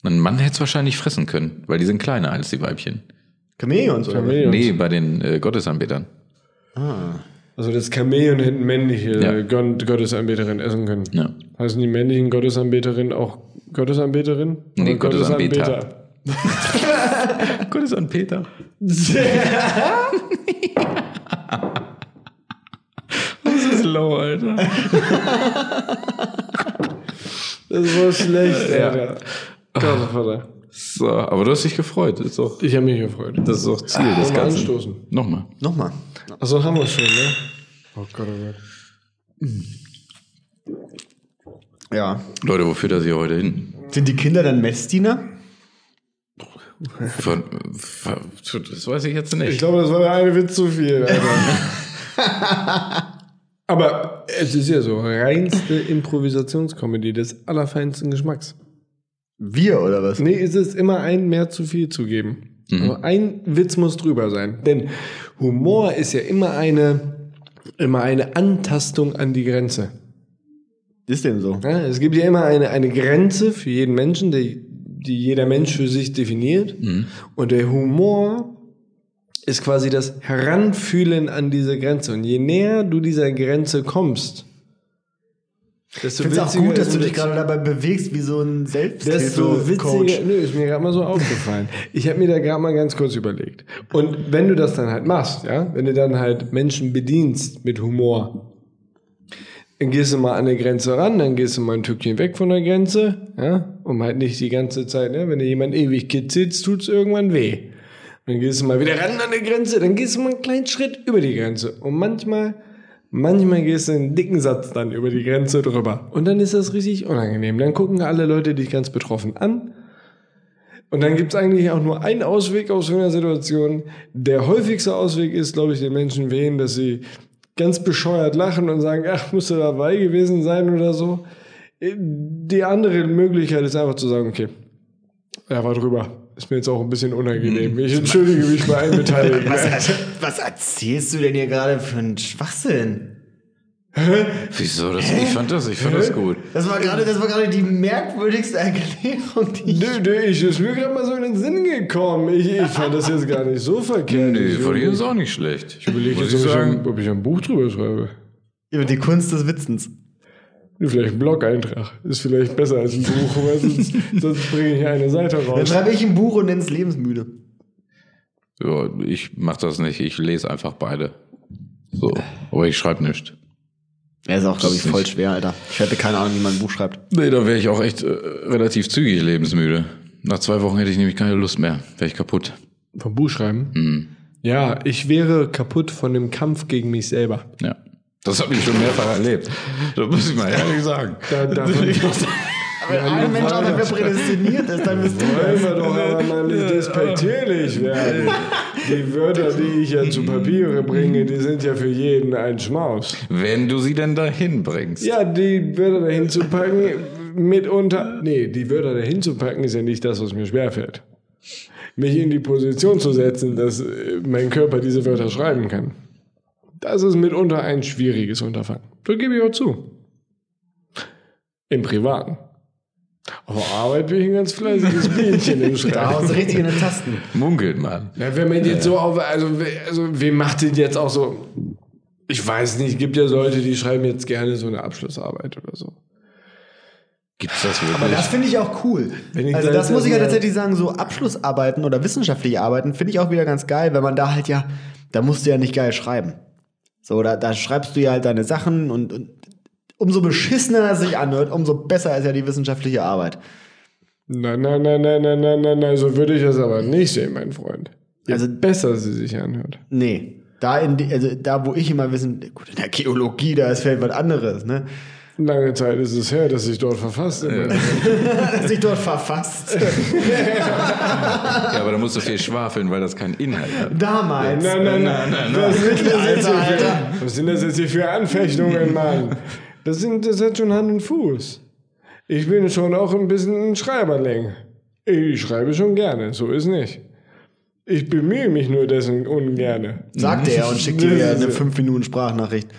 Ein Mann hätte es wahrscheinlich fressen können, weil die sind kleiner als die Weibchen. Chamäleons, oder? Ah, Chamäleons. Nee, bei den äh, Gottesanbetern. Also das Chamäleon hätten männliche Ja. Gön- Gottesanbeterinnen essen können. Ja. Heißen die männlichen Gottesanbeterinnen auch Gottesanbeterinnen? Nee, Oder Gottesanbeter. Gutes an Peter. das ist low, Alter. Das war schlecht, Ja. Alter. Gottesanbeter. So, aber du hast dich gefreut. Das ist doch, Ich habe mich gefreut. das ist doch Ziel des Wollen wir Ganzen. anstoßen. Nochmal. Nochmal. Achso, haben wir schon, ne? Oh Gott, oh Gott. Ja. Leute, wofür das hier heute hin? Sind die Kinder dann Messdiener? Ver- ver- Das weiß ich jetzt Ich nicht. glaube, das war der eine Witz zu viel, Alter. Aber es ist ja so, reinste Improvisationskomödie des allerfeinsten Geschmacks. Wir oder was? Nee, es ist immer ein mehr zu viel zu geben. Mhm. Aber ein Witz muss drüber sein. Denn Humor ist ja immer eine, immer eine Antastung an die Grenze. Ist dem so. Ja, es gibt ja immer eine, eine Grenze für jeden Menschen, die, die jeder Mensch für sich definiert. Mhm. Und der Humor ist quasi das Heranfühlen an diese Grenze. Und je näher du dieser Grenze kommst, desto Ich finde es auch witziger gut, dass ist du ein dich Witz. gerade dabei bewegst wie so ein Desto witziger. Selbsthilfe-Coach. Nö, ist mir gerade mal so aufgefallen. Ich habe mir da gerade mal ganz kurz überlegt. Und wenn du das dann halt machst, ja, wenn du dann halt Menschen bedienst mit Humor, dann gehst du mal an eine Grenze ran, dann gehst du mal ein Tückchen weg von der Grenze, ja, um halt nicht die ganze Zeit, ne, wenn dir jemand ewig kitzelt, tut's irgendwann weh. Dann gehst du mal wieder ran an die Grenze, dann gehst du mal einen kleinen Schritt über die Grenze. Und manchmal, manchmal gehst du einen dicken Satz dann über die Grenze drüber. Und dann ist das richtig unangenehm. Dann gucken alle Leute dich ganz betroffen an. Und dann gibt's eigentlich auch nur einen Ausweg aus so einer Situation. Der häufigste Ausweg ist, glaube ich, den Menschen wehen, dass sie ganz bescheuert lachen und sagen, ach, musst du dabei gewesen sein oder so. Die andere Möglichkeit ist einfach zu sagen, okay, er war drüber. Ist mir jetzt auch ein bisschen unangenehm. Ich entschuldige mich bei allen Beteiligten. Was, was erzählst du denn hier gerade für einen Schwachsinn? Wieso das? Ich fand das, ich fand das gut. Das war gerade das war gerade die merkwürdigste Erklärung, die ich Nö, nö, ich ist mir gerade mal so in den Sinn gekommen. Ich, ich fand das jetzt gar nicht so verkehrt. Nee, ich von dir überlege ist auch nicht schlecht. Ich jetzt, ich ob ich, ein, sagen. ob ich ein Buch drüber schreibe. über die Kunst des Witzens. Nee, Vielleicht ein Blog-Eintrag. Ist vielleicht besser als ein Buch, weil sonst, sonst bringe ich eine Seite Dann raus. schreibe ich ein Buch und nenne es Lebensmüde. Ja, ich mach das nicht. Ich lese einfach beide. So. Aber ich schreibe nichts. Er ist auch, glaube ich, ist voll nicht- schwer, Alter. Ich hätte keine Ahnung, wie man ein Buch schreibt. Nee, da wäre ich auch echt äh, relativ zügig lebensmüde. Nach zwei Wochen hätte ich nämlich keine Lust mehr. Wäre ich kaputt. Vom Buch schreiben? Ja, ich wäre kaputt von dem Kampf gegen mich selber. Ja. Das habe ich schon mehrfach erlebt. Das muss ich mal ehrlich sagen. Da, davon, Wenn ein Mensch auch dafür prädestiniert ist, dann bist du Wollen wir doch aber mal nicht despektierlich werden. Die Wörter, die ich ja zu Papiere bringe, die sind ja für jeden ein Schmaus. Wenn du sie denn dahin bringst. Ja, die Wörter dahin zu packen, mitunter. Nee, die Wörter dahin zu packen ist ja nicht das, was mir schwerfällt. Mich in die Position zu setzen, dass äh, mein Körper diese Wörter schreiben kann. Das ist mitunter ein schwieriges Unterfangen. Da gebe ich auch zu. Im Privaten. Auf der Arbeit bin ich ein ganz fleißiges Bienchen im Da Schreiben. haust du richtig in den Tasten. Munkelt mal. Na, wenn man jetzt so auf, also, we- also wem macht denn jetzt auch so, ich weiß nicht, gibt ja Leute, die schreiben jetzt gerne so eine Abschlussarbeit oder so. Gibt's das Aber wirklich? das finde ich auch cool. Wenn ich also dann das muss ich ja erstmal- tatsächlich sagen, so Abschlussarbeiten oder wissenschaftliche Arbeiten finde ich auch wieder ganz geil, wenn man da halt ja, da musst du ja nicht geil schreiben. So, da, da schreibst du ja halt deine Sachen und, und umso beschissener es sich anhört, umso besser ist ja die wissenschaftliche Arbeit. Nein, nein, nein, nein, nein, nein, nein, nein, so würde ich das aber nicht sehen, mein Freund. Je also Also- besser sie sich anhört. Nee. Da, in die, also da, wo ich immer wissen, gut, in der Geologie, da ist vielleicht was anderes, ne? Lange Zeit ist es her, dass ich dort verfasst bin. Dass ich dort verfasst. Ja, aber da musst du viel schwafeln, weil das keinen Inhalt hat. Damals. Nein, nein, nein, nein, Was, sind das jetzt Alter, hier Alter. für, was sind das jetzt hier für Anfechtungen, Mann? Das, sind, das hat schon Hand und Fuß. Ich bin schon auch ein bisschen ein Schreiberling. Ich schreibe schon gerne, so ist nicht. Ich bemühe mich nur dessen ungerne. Sagte er und schickte mir eine 5 Minuten Sprachnachricht.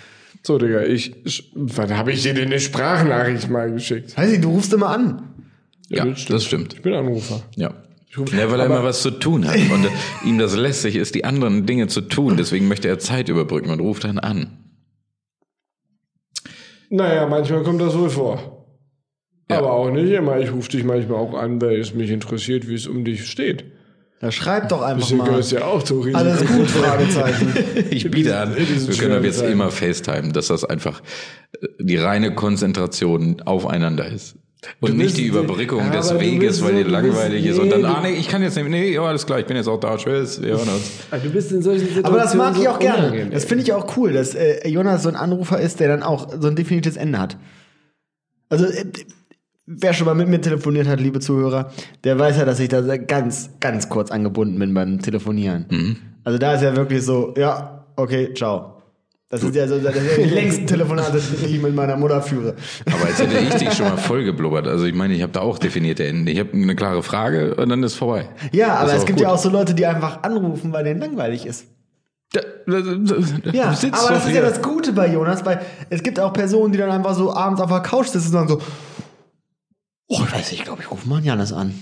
So, Digga, ich. sch- Wann habe ich dir denn eine Sprachnachricht mal geschickt? Weiß ich, du rufst immer an. Ja, das stimmt. Ich bin Anrufer. Ja. Ja, weil er immer was zu tun hat und äh, ihm das lästig ist, die anderen Dinge zu tun. Deswegen möchte er Zeit überbrücken und ruft dann an. Naja, manchmal kommt das wohl vor. Aber auch nicht immer. Ich rufe dich manchmal auch an, weil es mich interessiert, wie es um dich steht. Da schreibt doch einfach Du mal. gehörst ja auch zu Risiko. Alles gut, Fragezeichen. Ich biete an, in diesen wir können ab jetzt schweren immer FaceTime, dass das einfach äh, die reine Konzentration aufeinander ist. Und nicht bist- die Überbrückung Ja, des aber du Weges, bist weil so- dir du bist- langweilig ist. Und nee, dann, du- ah nee, ich kann jetzt nicht, nee, ja, alles klar, ich bin jetzt auch da, tschüss, wir hören uns. Also Du bist in solchen Situationen. Aber das mag ich so auch gerne. unangenehm. Das finde ich auch cool, dass äh, Jonas so ein Anrufer ist, der dann auch so ein definiertes Ende hat. Also, äh, wer schon mal mit mir telefoniert hat, liebe Zuhörer, der weiß ja, dass ich da sehr- ganz, ganz kurz angebunden bin beim Telefonieren. Mhm. Also, da ist ja wirklich so, ja, okay, ciao. Das ist ja so das ist ja die längsten Telefonate, die ich mit meiner Mutter führe. Aber jetzt hätte ich dich schon mal voll geblubbert. Also ich meine, ich habe da auch definierte Enden. Ich habe eine klare Frage und dann ist vorbei. Ja, aber ist es auch gibt gut. ja auch so Leute, die einfach anrufen, weil denen langweilig ist. Da, da, da, da, Ja, du sitzt aber doch das ist ja hier. das Gute bei Jonas, weil es gibt auch Personen, die dann einfach so abends auf der Couch sitzen und sagen so, oh, ich weiß nicht, ich glaube, ich rufe mal einen Janis an.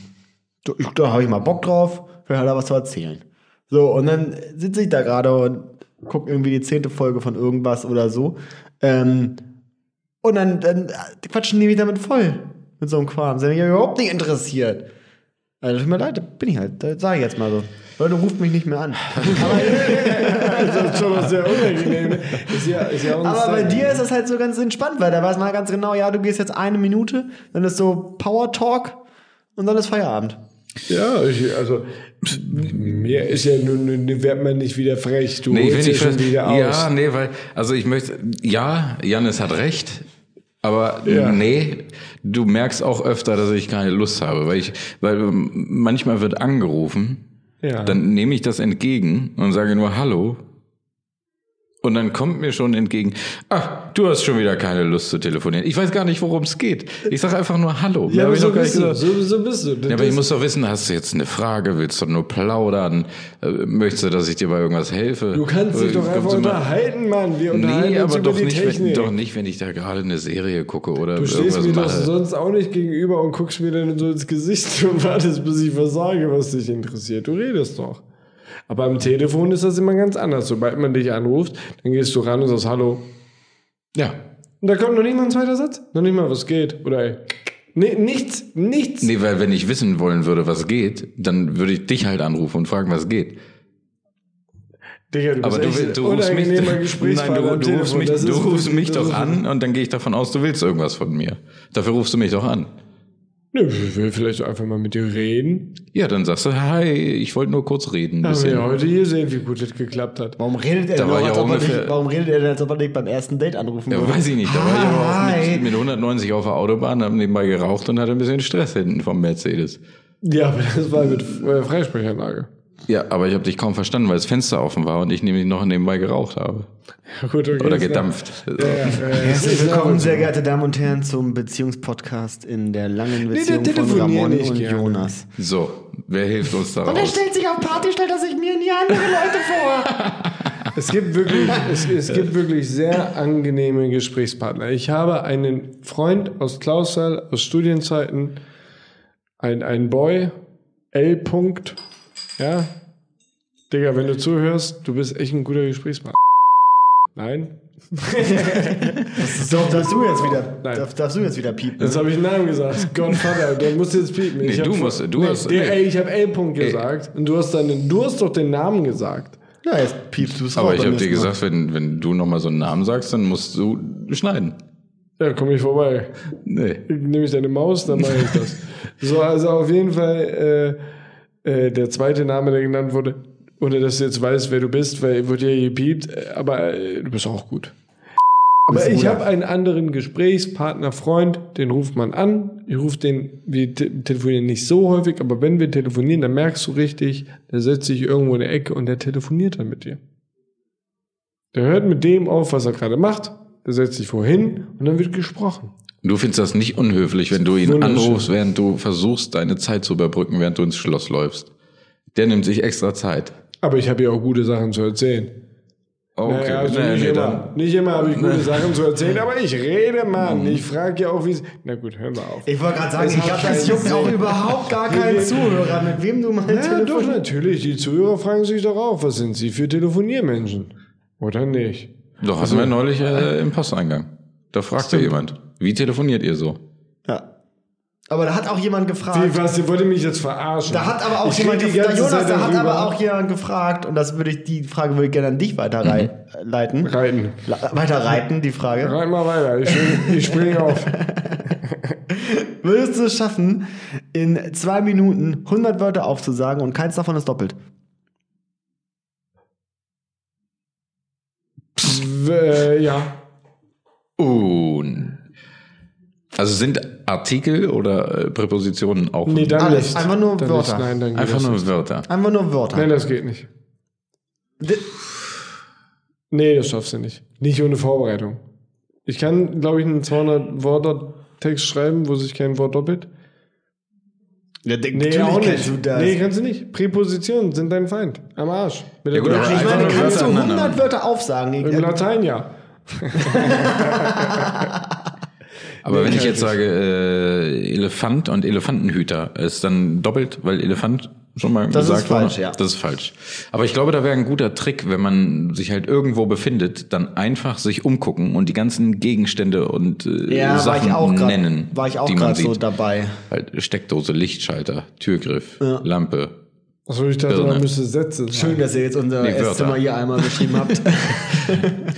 Da, ich- da habe ich mal Bock drauf, vielleicht hat er was zu erzählen. So, und dann sitze ich da gerade und gucke irgendwie die zehnte Folge von irgendwas oder so. Ähm, und dann, dann äh, quatschen die mich damit voll, mit so einem Quatsch. Sind ja überhaupt nicht interessiert. Also tut mir leid, bin ich halt, das sage ich jetzt mal so. Leute, ruft mich nicht mehr an. Das ist schon mal sehr unangenehm. Ist ja, ist ja auch ein Aber bei Style. dir ist das halt so ganz entspannt, weil da weiß man ganz genau, ja, du gehst jetzt eine Minute, dann ist so Power Talk und dann ist Feierabend. Ja, ich, also mir ist ja nun, nun wird man nicht wieder frech. Du Nee, ich will holst ja nicht schon wieder aus. Ja, nee, weil, also ich möchte, ja, Janis hat recht. Aber Ja. nee, du merkst auch öfter, dass ich keine Lust habe, weil ich, weil ähm, manchmal wird angerufen, Ja. dann nehme ich das entgegen und sage nur Hallo. Und dann kommt mir schon entgegen, ach, du hast schon wieder keine Lust zu telefonieren. Ich weiß gar nicht, worum es geht. Ich sage einfach nur Hallo. Mehr ja, hab aber ich so, noch gar bist nicht du, gesagt. so, so bist du. Ja, aber ich muss doch wissen, hast du jetzt eine Frage, willst du nur plaudern, Äh, möchtest du, dass ich dir bei irgendwas helfe? du kannst dich Äh, doch kommst einfach du mal- unterhalten, Mann. Wir unterhalten Nee, uns aber über doch die nicht, wenn, Technik. doch nicht, wenn ich da gerade eine Serie gucke oder Du irgendwas stehst mir doch mache. sonst auch nicht gegenüber und guckst mir dann so ins Gesicht und wartest, bis ich was sage, was dich interessiert. Du redest doch. Aber am Telefon ist das immer ganz anders. Sobald man dich anruft, dann gehst du ran und sagst Hallo. ja. Und da kommt noch nicht mal ein zweiter Satz. Noch nicht mal, was geht. Oder ey. Nee, nichts, nichts. Nee, weil wenn ich wissen wollen würde, was geht, dann würde ich dich halt anrufen und fragen, was geht. Digga, du Aber du, bist echt will- ein du rufst mich, unangenehmer nein, Gesprächspartner du, am du rufst Telefon. mich, Das du ist- rufst mich das doch ist- an und dann gehe ich davon aus, du willst irgendwas von mir. Dafür rufst du mich doch an. Nö, ich will vielleicht einfach mal mit dir reden. Ja, dann sagst du, hi, ich wollte nur kurz reden. ein Haben wir bisschen. ja heute hier sehen, wie gut das geklappt hat. Warum redet er, Da denn war noch, ich als auch ob er ungefähr- nicht, warum redet er denn, als ob er nicht beim ersten Date anrufen Ja, würde? weiß ich nicht. Da Ah, war ich aber auch Hi. mit, mit 190 auf der Autobahn, hab nebenbei geraucht und hatte ein bisschen Stress hinten vom Mercedes. Ja, aber das war mit äh, Freisprechanlage. Ja, aber ich habe dich kaum verstanden, weil das Fenster offen war und ich nämlich noch nebenbei geraucht habe. Ja, gut, okay, Oder ist klar. gedampft. Ja, ja, äh, Herzlich ist willkommen, klar. sehr geehrte Damen und Herren, zum Beziehungspodcast in der langen der Beziehung von telefoniert Ramon nicht und gerne. Jonas. So, wer hilft uns da raus? sich auf Party, stellt er sich mir in die andere Leute vor. Es gibt wirklich, es, es gibt wirklich sehr angenehme Gesprächspartner. Ich habe einen Freund aus Klausthal, aus Studienzeiten, ein, ein Boy, L. -Punkt, ja. Digga, wenn du zuhörst, du bist echt ein guter Gesprächspartner. Nein? So, darfst du jetzt wieder, Nein. darf, darfst du jetzt wieder piepen? Jetzt habe ich einen Namen gesagt. Godfather, der muss jetzt piepen. Nee, du musst- du hast- Der, nee. Ey, ich habe L-Punkt gesagt und du hast, deinen, du hast doch den Namen gesagt. Ja, jetzt piepst du es Aber ich habe dir gesagt, wenn, wenn du nochmal so einen Namen sagst, dann musst du schneiden. Ja, komm ich vorbei. Nee. nehme ich deine Maus, dann mache ich das. so, also auf jeden Fall äh, äh, der zweite Name, der genannt wurde, ohne dass du jetzt weißt, wer du bist, weil wird ja gepiept, äh, aber äh, du bist auch gut. Aber ich habe einen anderen Gesprächspartner, Freund, den ruft man an. Ich rufe den, wir te telefonieren nicht so häufig, aber wenn wir telefonieren, dann merkst du richtig, der setzt sich irgendwo in der Ecke und der telefoniert dann mit dir. Der hört mit dem auf, was er gerade macht, der setzt sich wohin und dann wird gesprochen. Du findest das nicht unhöflich, wenn du ihn Wunderschön. anrufst, während du versuchst, deine Zeit zu überbrücken, während du ins Schloss läufst. Der nimmt sich extra Zeit. Aber ich habe ja auch gute Sachen zu erzählen. Okay, Naja, also nee, nicht, nee, dann. immer, nicht immer habe ich gute Sachen zu erzählen, aber ich rede, Mann. Ich frage ja auch, wie es. Na gut, hören wir auf. Mhm. Ich wollte gerade sagen, Es Also ich hat habe das keinen juckt Sinn. auch überhaupt gar keinen Zuhörer, mit wem du mal ja, doch, telefonierst. natürlich. Die Zuhörer fragen sich doch auch, was sind sie für Telefoniermenschen? Oder nicht? Doch, hatten wir neulich äh, im Posteingang. Da fragte jemand, wie telefoniert ihr so? Ja. Aber da hat auch jemand gefragt. Wie, was, ihr wollt mich jetzt verarschen? Da hat aber auch Ich jemand rede die gefragt, ganze Jonas, Zeit da hat darüber. aber auch jemand gefragt, und das würde ich, die Frage würde ich gerne an dich weiterleiten. Reiten. Weiterreiten, die Frage. Reit mal weiter, ich, spring- ich springe auf. Würdest du es schaffen, in zwei Minuten 100 Wörter aufzusagen und keins davon ist doppelt? äh, ja. Un. Also sind Artikel oder äh, Präpositionen auch Nee, dann Alles, nicht. einfach nur dann Wörter. Nicht. Nein, dann geht einfach das nur nicht. Wörter? Einfach nur Wörter. Nein, das geht nicht. D- Nee, das schaffst du nicht. Nicht ohne Vorbereitung. Ich kann, glaube ich, einen 200 Wörter Text schreiben, wo sich kein Wort doppelt. Ja, d- Nee, natürlich auch kannst nicht. du das. Nee, kannst du nicht. Präpositionen sind dein Feind. Am Arsch. Mit der Ja gut, aber Deutschen- ich einfach meine, nur kannst du Wörter ne? aneinander. 100 Wörter aufsagen? Im Latein ja. Aber wenn ich kann ich nicht. jetzt sage äh, Elefant und Elefantenhüter, ist dann doppelt, weil Elefant schon mal Das ist gesagt wurde? falsch, ja. Das ist falsch. Aber ich glaube, da wäre ein guter Trick, wenn man sich halt irgendwo befindet, dann einfach sich umgucken und die ganzen Gegenstände und äh, ja, war Sachen ich auch nennen, grad- War ich auch die man gerade so sieht. dabei. halt Steckdose, Lichtschalter, Türgriff, Lampe. Achso, ich dachte, Birne. man müsste Sätze sagen. Schön, dass ihr jetzt unser Nee, Wörter. Esszimmer hier einmal beschrieben habt.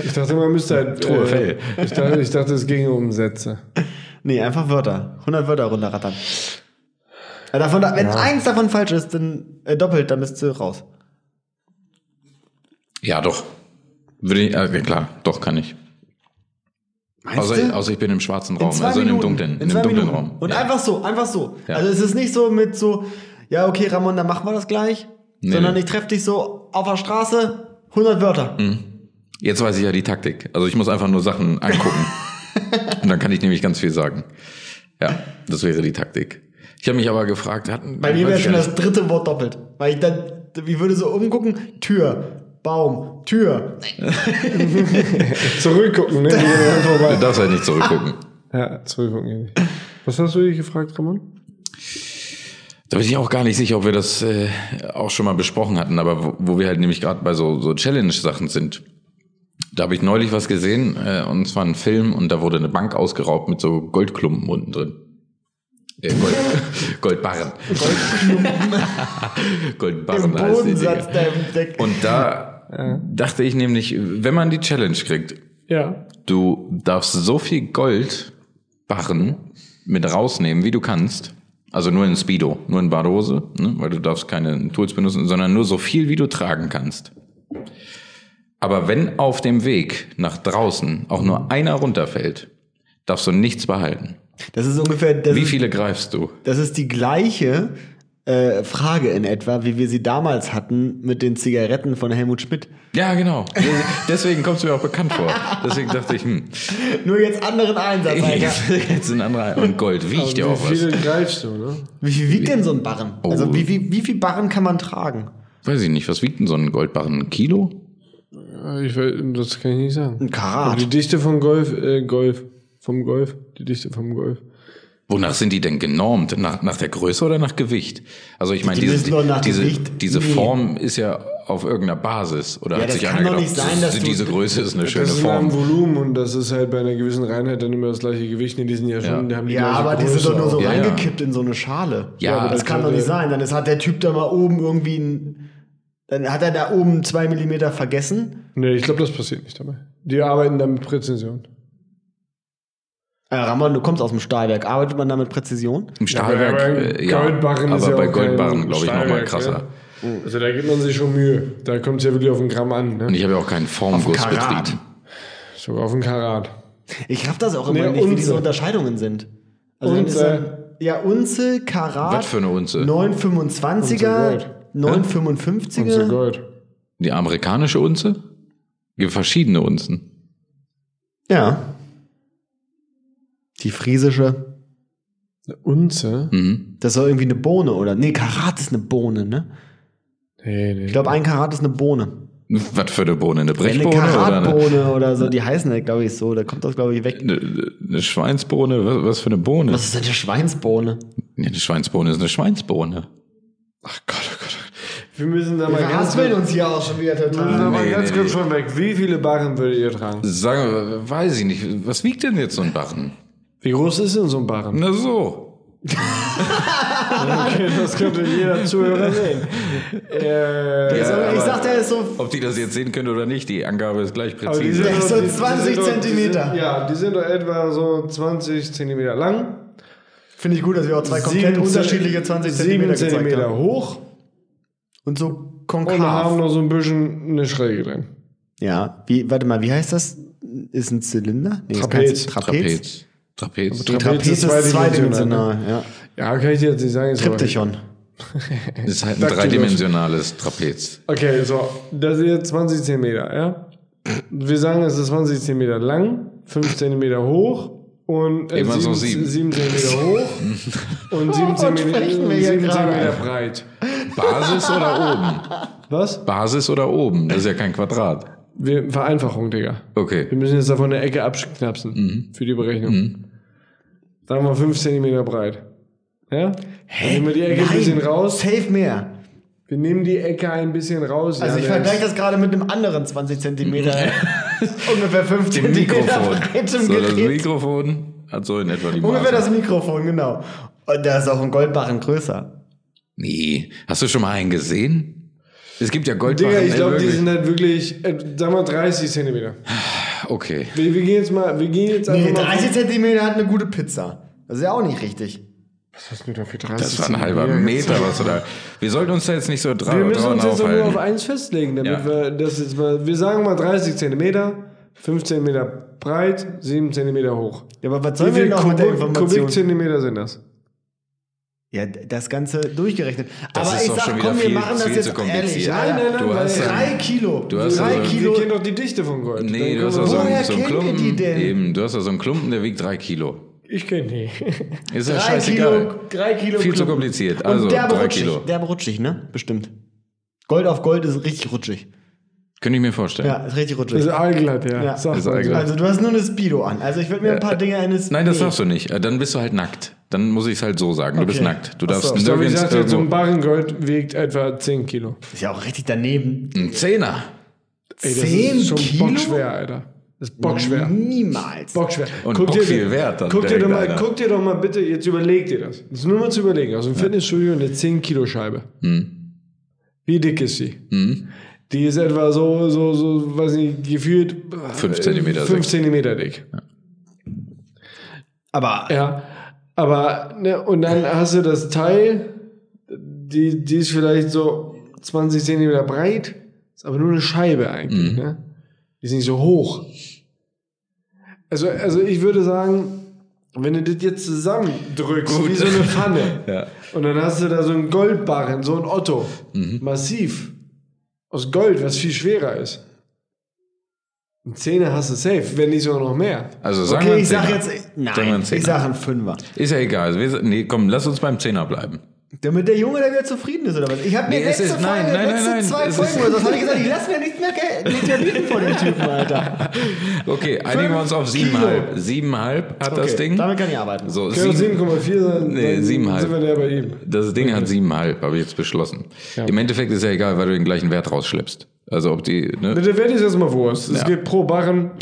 Ich dachte, man müsste halt. Truhe, Fell. ich, dachte, ich dachte, es ginge um Sätze. Nee, einfach Wörter. 100 Wörter runterrattern. Ja, Davon, wenn eins davon falsch ist, dann äh, doppelt, dann bist du raus. Ja, doch. Würde ich, äh, ja, klar, doch kann ich. Außer, du? außer ich bin im schwarzen In Raum, zwei also in dem Minuten. dunklen, in, zwei dem dunklen Minuten. Raum. Und ja. einfach so, einfach so. Ja. Also es ist nicht so mit so, ja okay Ramon, dann machen wir das gleich. Nee, sondern nee. ich treffe dich so auf der Straße, 100 Wörter. Mhm. Jetzt weiß ich ja die Taktik. Also ich muss einfach nur Sachen angucken. Und dann kann ich nämlich ganz viel sagen. Ja, das wäre die Taktik. Ich habe mich aber gefragt, hatten Bei mir weiß wäre ich schon gar das dritte Wort doppelt. Weil ich dann, ich würde so umgucken, Tür, Baum, Tür. Zurückgucken, ne? Die gehen dann nicht. Du vorbei. darfst halt nicht zurückgucken. Ja, zurückgucken. ja nicht. Was hast du dich gefragt, Ramon? Da bin ich auch gar nicht sicher, ob wir das äh, auch schon mal besprochen hatten, aber wo, wo wir halt nämlich gerade bei so, so Challenge-Sachen sind. Da habe ich neulich was gesehen, äh, und zwar einen Film, und da wurde eine Bank ausgeraubt mit so Goldklumpen unten drin. Äh, Gold, Goldbarren. Goldbarren Im heißt die Dinger. Bodensatz der, der Und da dachte ich nämlich, wenn man die Challenge kriegt, Ja. du darfst so viel Gold barren mit rausnehmen, wie du kannst. Also nur in Speedo, nur in Badehose, ne? weil du darfst keine Tools benutzen, sondern nur so viel, wie du tragen kannst. Aber wenn auf dem Weg nach draußen auch nur einer runterfällt, darfst du nichts behalten. Das ist ungefähr, das Wie ist viele greifst du? Das ist die gleiche äh, Frage in etwa, wie wir sie damals hatten mit den Zigaretten von Helmut Schmidt. Ja, genau. Deswegen kommst du mir auch bekannt vor. Deswegen dachte ich, hm, Nur jetzt anderen Einsatz, Alter. jetzt ein anderer. Und Gold wiegt ja auch Wie was. viele greifst du, ne? Wie viel wiegt denn so ein Barren? Also Oh. wie, wie, wie viel Barren kann man tragen? Weiß ich nicht, was wiegt denn so ein Goldbarren? Ein Kilo? Ja, Ich weiß, das kann ich nicht sagen. Ein Karat. Aber Die Dichte von Golf, äh, Golf. Vom Golf. Die Dichte vom Golf. Wonach sind die denn genormt? Nach, nach der Größe oder nach Gewicht? Also ich meine, Die diese, müssen doch nach diese, Gewicht. diese Nee. Form ist ja auf irgendeiner Basis. Oder Ja, hat das sich kann einer doch gedacht, nicht sein, dass diese, du- diese Größe ist eine schöne Das ist ein Form. Volumen und das ist halt bei einer gewissen Reinheit dann immer das gleiche Gewicht. Nee, die sind ja schon, Ja. die haben die ja, gleiche aber die Größe sind doch nur so auch. Ja, ja. reingekippt in so eine Schale. Ja, aber das das kann doch sollte- nicht sein. Dann ist, hat der Typ da mal oben irgendwie ein, dann hat er da oben zwei Millimeter vergessen. Nee, ich glaube, das passiert nicht dabei. Die arbeiten dann mit Präzision. Äh, Ramon, du kommst aus dem Stahlwerk. Arbeitet man da mit Präzision? Im Stahlwerk, Ja, bei äh, ja, Goldbarren aber ist ja bei auch Goldbarren kein glaube ich nochmal Stahlwerk, krasser. ne? Also da gibt man sich schon Mühe. Da kommt es ja wirklich auf den Gramm an. Und Ne? ich habe ja auch keinen Formguss Auf Karat. betrieben. Sogar auf den Karat. Ich raff das auch immer Nee, nicht, wie Unze. diese Unterscheidungen sind. Also dann ist Unze. dann, ja, Unze, Karat. Was für eine Unze? 925er, Unze Gold. Und so 955er. Gold. Die amerikanische Unze? Gibt verschiedene Unzen. Ja. Die friesische. Eine Unze? Hm. Das soll irgendwie eine Bohne, oder? Nee, Karat ist eine Bohne, ne? Nee, nee. Ich glaube, ein Karat ist eine Bohne. Was für eine Bohne? Eine Eine Brechbohne oder eine, Karatbohne oder so, die heißen halt, glaube ich, so. Da kommt das, glaube ich, weg. eine, eine Schweinsbohne? Was, was für eine Bohne? Was ist denn eine Schweinsbohne? Ja, eine Schweinsbohne ist eine Schweinsbohne. Ach Gott, oh Gott. Wir müssen da mal Wir ganz, haspeln uns hier auch schon wieder wir müssen total. da mal Nee, ganz nee, kurz nee. von weg. Wie viele Barren würdet ihr tragen? Sagen wir, weiß ich nicht. Was wiegt denn jetzt so ein Barren? Wie groß ist denn so ein Barren? Na so. Okay, das könnte jeder Zuhörer sehen. Äh, Ja, Aber Also, ich aber sagte, er ist so. ob die das jetzt sehen können oder nicht, die Angabe ist gleich aber die präzise. sind ist doch- so die- die sind 20 doch- die Zentimeter. Sind, ja, die sind doch etwa so 20 Zentimeter lang. Finde ich gut, dass wir auch zwei komplett sieben unterschiedliche 20 sieben Zentimeter gezeigt Zentimeter haben. hoch Und so und haben konkav. noch so ein bisschen eine Schräge drin. Ja, wie, warte mal, wie heißt das? Ist ein Zylinder? Nee, ist kein Trapez. Trapez. Trapez. Trapez. Trapez ist zweidimensional. ne? Ja. Ja, kann ich dir jetzt nicht sagen. ist aber- Triptychon. Das ist halt ein Daktylus. dreidimensionales Trapez. Okay, so, das sind jetzt 20 Zentimeter, ja? Wir sagen, es ist 20 Zentimeter lang, 5 Zentimeter hoch und äh, Immer so sieben. 7 Zentimeter hoch und 7 Zentimeter, Oh, sprechen wir hier 7 gerade? Zentimeter breit. Basis oder oben? Was? Basis oder oben? Das ist ja kein Quadrat. Wir, Vereinfachung, Digga. Wir Okay. müssen jetzt davon eine Ecke abknapsen Mhm. für die Berechnung. Sagen wir 5 Zentimeter breit. Ja? Dann nehmen wir die Ecke ein bisschen raus. Safe mehr. Wir nehmen die Ecke ein bisschen raus. Also ja, ich der ist- vergleiche das gerade mit einem anderen 20 Zentimeter. ungefähr 5 Im Zentimeter Mikrofon. breitem So, das Gerät. Mikrofon hat so in etwa die Ungefähr Maße. das Mikrofon, genau. Und da ist auch ein Goldbarren größer. Nee. Hast du schon mal einen gesehen? Es gibt ja Goldbarren. Digga, ich ey, glaube, die wirklich. sind halt wirklich, äh, sag mal 30 Zentimeter. Okay. Wir, wir gehen jetzt mal, wir gehen jetzt einfach Nee, mal. 30 Zentimeter hat eine gute Pizza. Das ist ja auch nicht richtig. Das war ein halber Meter, was du da. Wir sollten uns da jetzt nicht so dra Wir müssen dran uns jetzt doch nur auf aufhalten. eins festlegen, damit Ja. wir das jetzt mal. Wir sagen mal 30 Zentimeter, 15 Meter breit, 7 Zentimeter hoch. Ja, aber was Wie sollen wir viel denn auch mit der Kubik, Information? Kubikzentimeter sind das? Ja, d- das Ganze durchgerechnet. Das aber ist ich doch sag, schon wieder komm, wir viel- machen das viel jetzt zu ehrlich. kompliziert. Alter. Nein, nein, nein, Du hast weil- Drei Kilo. Du hast drei also- Wir Kilo. kennen doch die Dichte von Gold. Nee, Dann du hast da können so wir- Woher einen, so einen kennt ihr Klumpen. die denn? Eben, du hast da so einen Klumpen, der wiegt drei Kilo. ich kenne die. Ist ja Drei scheißegal. Kilo, drei Kilo. Viel zu Klumpen. kompliziert. Und Also derbe drei rutschig, Kilo. Derbe rutschig, ne? Bestimmt. Gold auf Gold ist richtig rutschig. Könnte ich mir vorstellen. Ja, ist richtig rutschig. Das ist allglatt, ja. Ja. Sagt Ist man so. allglatt. Also du hast nur eine Speedo an. Also ich würde mir ein paar Dinger eines. Nein, das darfst du nicht. Äh, Dann bist du halt nackt. Dann muss ich es halt so sagen. Du bist nackt. Du darfst So, wie nirgends gesagt, jetzt so ein um irgendwo. Barren Gold wiegt etwa 10 Kilo. Ist ja auch richtig daneben. Ein Zehner. Ey, das Zehn ist schon Kilo? bockschwer, Alter. Das ist bockschwer. Niemals. Bockschwer. Mhm. Und bock viel wert dann guck dir, direkt doch mal, einer. guck dir doch mal bitte, jetzt überleg dir das. Das ist nur mal zu überlegen. Also ein Fitnessstudio eine 10-Kilo-Scheibe. Mhm. Wie dick ist sie? Die ist etwa so, so, so, weiß nicht, gefühlt Äh, 5 Zentimeter. 5 sechs. Zentimeter dick. Aber Ja. Aber, ne, und dann hast du das Teil, die, die ist vielleicht so 20 Zentimeter breit, ist aber nur eine Scheibe eigentlich, Mhm. ne? Die ist nicht so hoch. Also, also ich würde sagen, wenn du das jetzt zusammendrückst, wie so eine Pfanne, Ja. und dann hast du da so einen Goldbarren, so ein Otto, Mhm. massiv, aus Gold, was viel schwerer ist. Ein Zehner hast du safe, wenn nicht sogar noch mehr. Also sagen okay, wir einen ich sag Zehner. jetzt. Sagen wir einen Nein, ich Zehner. sag einen Fünfer. Ist ja egal. Wir- Nee, komm, lass uns beim Zehner bleiben. Damit der Junge da wieder zufrieden ist, oder was? Ich hab mir Nee, es letzte ist- Folge, nein, nein, letzte nein, nein, zwei es Folgen ist- oder so, habe ich gesagt, ich lasse mir nichts mehr, ge- nicht mehr bieten von dem Typen, Alter. Okay, einigen wir uns auf siebenhalb. Siebenhalb hat das Ding. Damit kann ich arbeiten. So, Können sieben- wir 7,4 sein? Nee, dann siebenhalb. Sind wir näher bei ihm. Das Ding hat siebenhalb, habe ich jetzt beschlossen. Im Endeffekt ist ja egal, weil du den gleichen Wert rausschleppst. Also ob die, ne? Der Wert ist erstmal Wurst. Es Ja. geht pro Barren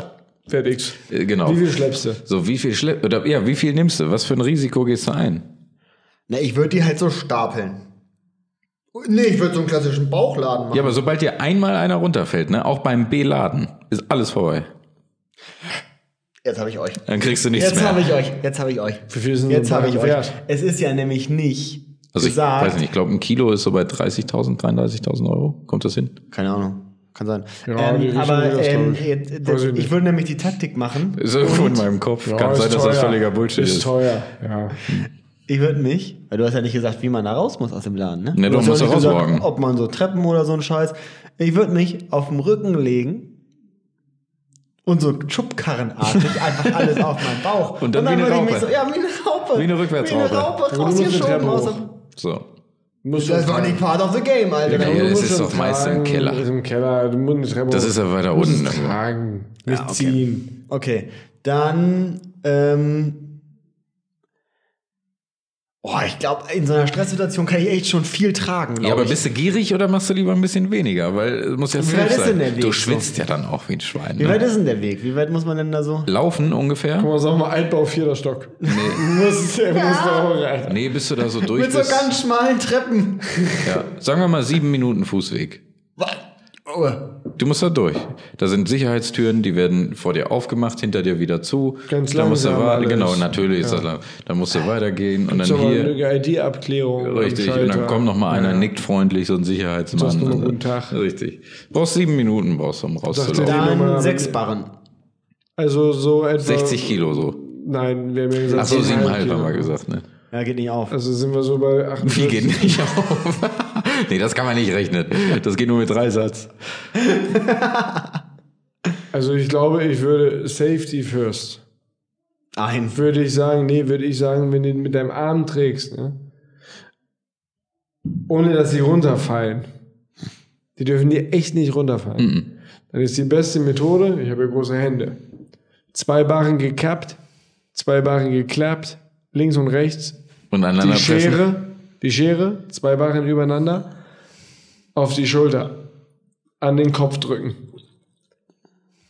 fertig. Äh, Genau. Wie viel schleppst du? so, wie viel schlepp, oder, ja, wie viel nimmst du? Was für ein Risiko gehst du ein? Na, ich würde die halt so stapeln. Nee, ich würde so einen klassischen Bauchladen machen. Ja, aber sobald dir einmal einer runterfällt, ne, auch beim B-Laden, ist alles vorbei. Jetzt habe ich euch. Dann kriegst du nichts Jetzt mehr. habe ich euch. Jetzt habe ich euch. Wie viel ist denn Jetzt so ein habe ich Barren euch. wert? Es ist ja nämlich nicht also ich gesagt. weiß nicht, ich glaube, ein Kilo ist so bei 30.000, 33.000 Euro. Kommt das hin? Keine Ahnung. Kann sein. Ja, die ähm, Richtung geht aber das, ähm, glaub ich. jetzt- Weiß das, ich ich, nicht. würde nämlich die Taktik machen. Ist irgendwo in meinem Kopf. Kann sein, dass das völliger Bullshit ist. Oh, Ist teuer, ja. Ich würde nicht, weil du hast ja nicht gesagt, wie man da raus muss aus dem Laden, ne? Ne, du hast musst ja auch da nicht gesagt, rauswagen. Ob man so Treppen oder so ein Scheiß. Ich würde mich auf den Rücken legen und so schubkarrenartig einfach alles auf meinen Bauch. Und dann wie eine würd ich mich Raupe. So, ja, wie eine Raupe. Wie eine Rückwärtsraupe. Wie eine Raupe Aber du musst eine Treppe rausgeschoben. Aus hoch. dem, So. Musst du das war tragen. nicht part of the game, Alter. Ja, genau. Du ja, das musst ist schon doch meist im tragen, Keller. Ist im Keller. Du musst eine Treppe Das hoch. ist ja weiter Du musst unten es irgendwo. tragen, nicht okay. ziehen. Okay, dann ähm, Oh, ich glaube, in so einer Stresssituation kann ich echt schon viel tragen. glaub Ja, aber ich. bist du gierig oder machst du lieber ein bisschen weniger? Weil es muss ja Wie safe weit ist sein. denn der Weg du so? schwitzt ja dann auch wie ein Schwein. Wie Ne? weit ist denn der Weg? Wie weit muss man denn da so? Laufen ungefähr? Guck mal, sag mal, Altbau, vierter Stock. Nee. muss, der muss da auch rein. Nee, bist du da so durch? Mit so bist, ganz schmalen Treppen. ja, sagen wir mal sieben Minuten Fußweg. Du musst da durch. Da sind Sicherheitstüren, die werden vor dir aufgemacht, hinter dir wieder zu. Ganz da musst du langsam warten. alles. Genau, natürlich ist das lang. Dann musst du weitergehen und dann So mal hier. eine ID-Abklärung. am Richtig, und Schalter. dann kommt noch mal einer, nickt freundlich, so ein Sicherheitsmann. Sagst du mal Und dann- guten Tag. Richtig. Brauchst sieben Minuten, brauchst du, um rauszulaufen. der- Nehmen wir mal Dann mit. sechs Barren. Also so etwa. 60 Kilo so. Nein, wir haben ja gesagt. Achso, siebeneinhalb siebeneinhalb haben Kilo. wir gesagt, ne? Ja, geht nicht auf. Also sind wir so bei 48. Viel geht nicht auf. nee, das kann man nicht rechnen. Das geht nur mit Dreisatz. Also ich glaube, ich würde Safety first. Ein. Würde ich sagen, nee, würde ich sagen, wenn du den mit deinem Arm trägst, ne? Ohne dass sie runterfallen. Die dürfen dir echt nicht runterfallen. Dann ist die beste Methode, ich habe ja große Hände. Zwei Barren gekappt, zwei Barren geklappt, links und rechts, Und aneinander die pressen. Schere, die Schere, zwei Barren übereinander, auf die Schulter, an den Kopf drücken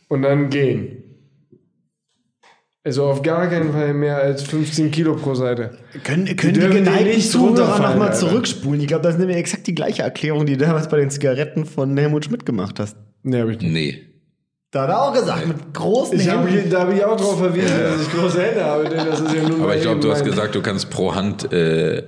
und dann gehen. Also auf gar keinen Fall mehr als 15 Kilo pro Seite. Können, können die, dürfen die geneigten nicht Zuhörer runterfallen, nochmal Alter. zurückspulen? Ich glaube, das ist nämlich exakt die gleiche Erklärung, die du damals bei den Zigaretten von Helmut Schmidt gemacht hast. Nee, hab ich nicht. Nee. Da hat er auch gesagt, mit großen Ich hab, Händen. da habe ich auch drauf verwiesen, dass ich große Hände habe, denn das ist ja nun Aber mal ich glaube, eben du hast mein- gesagt, du kannst pro Hand äh,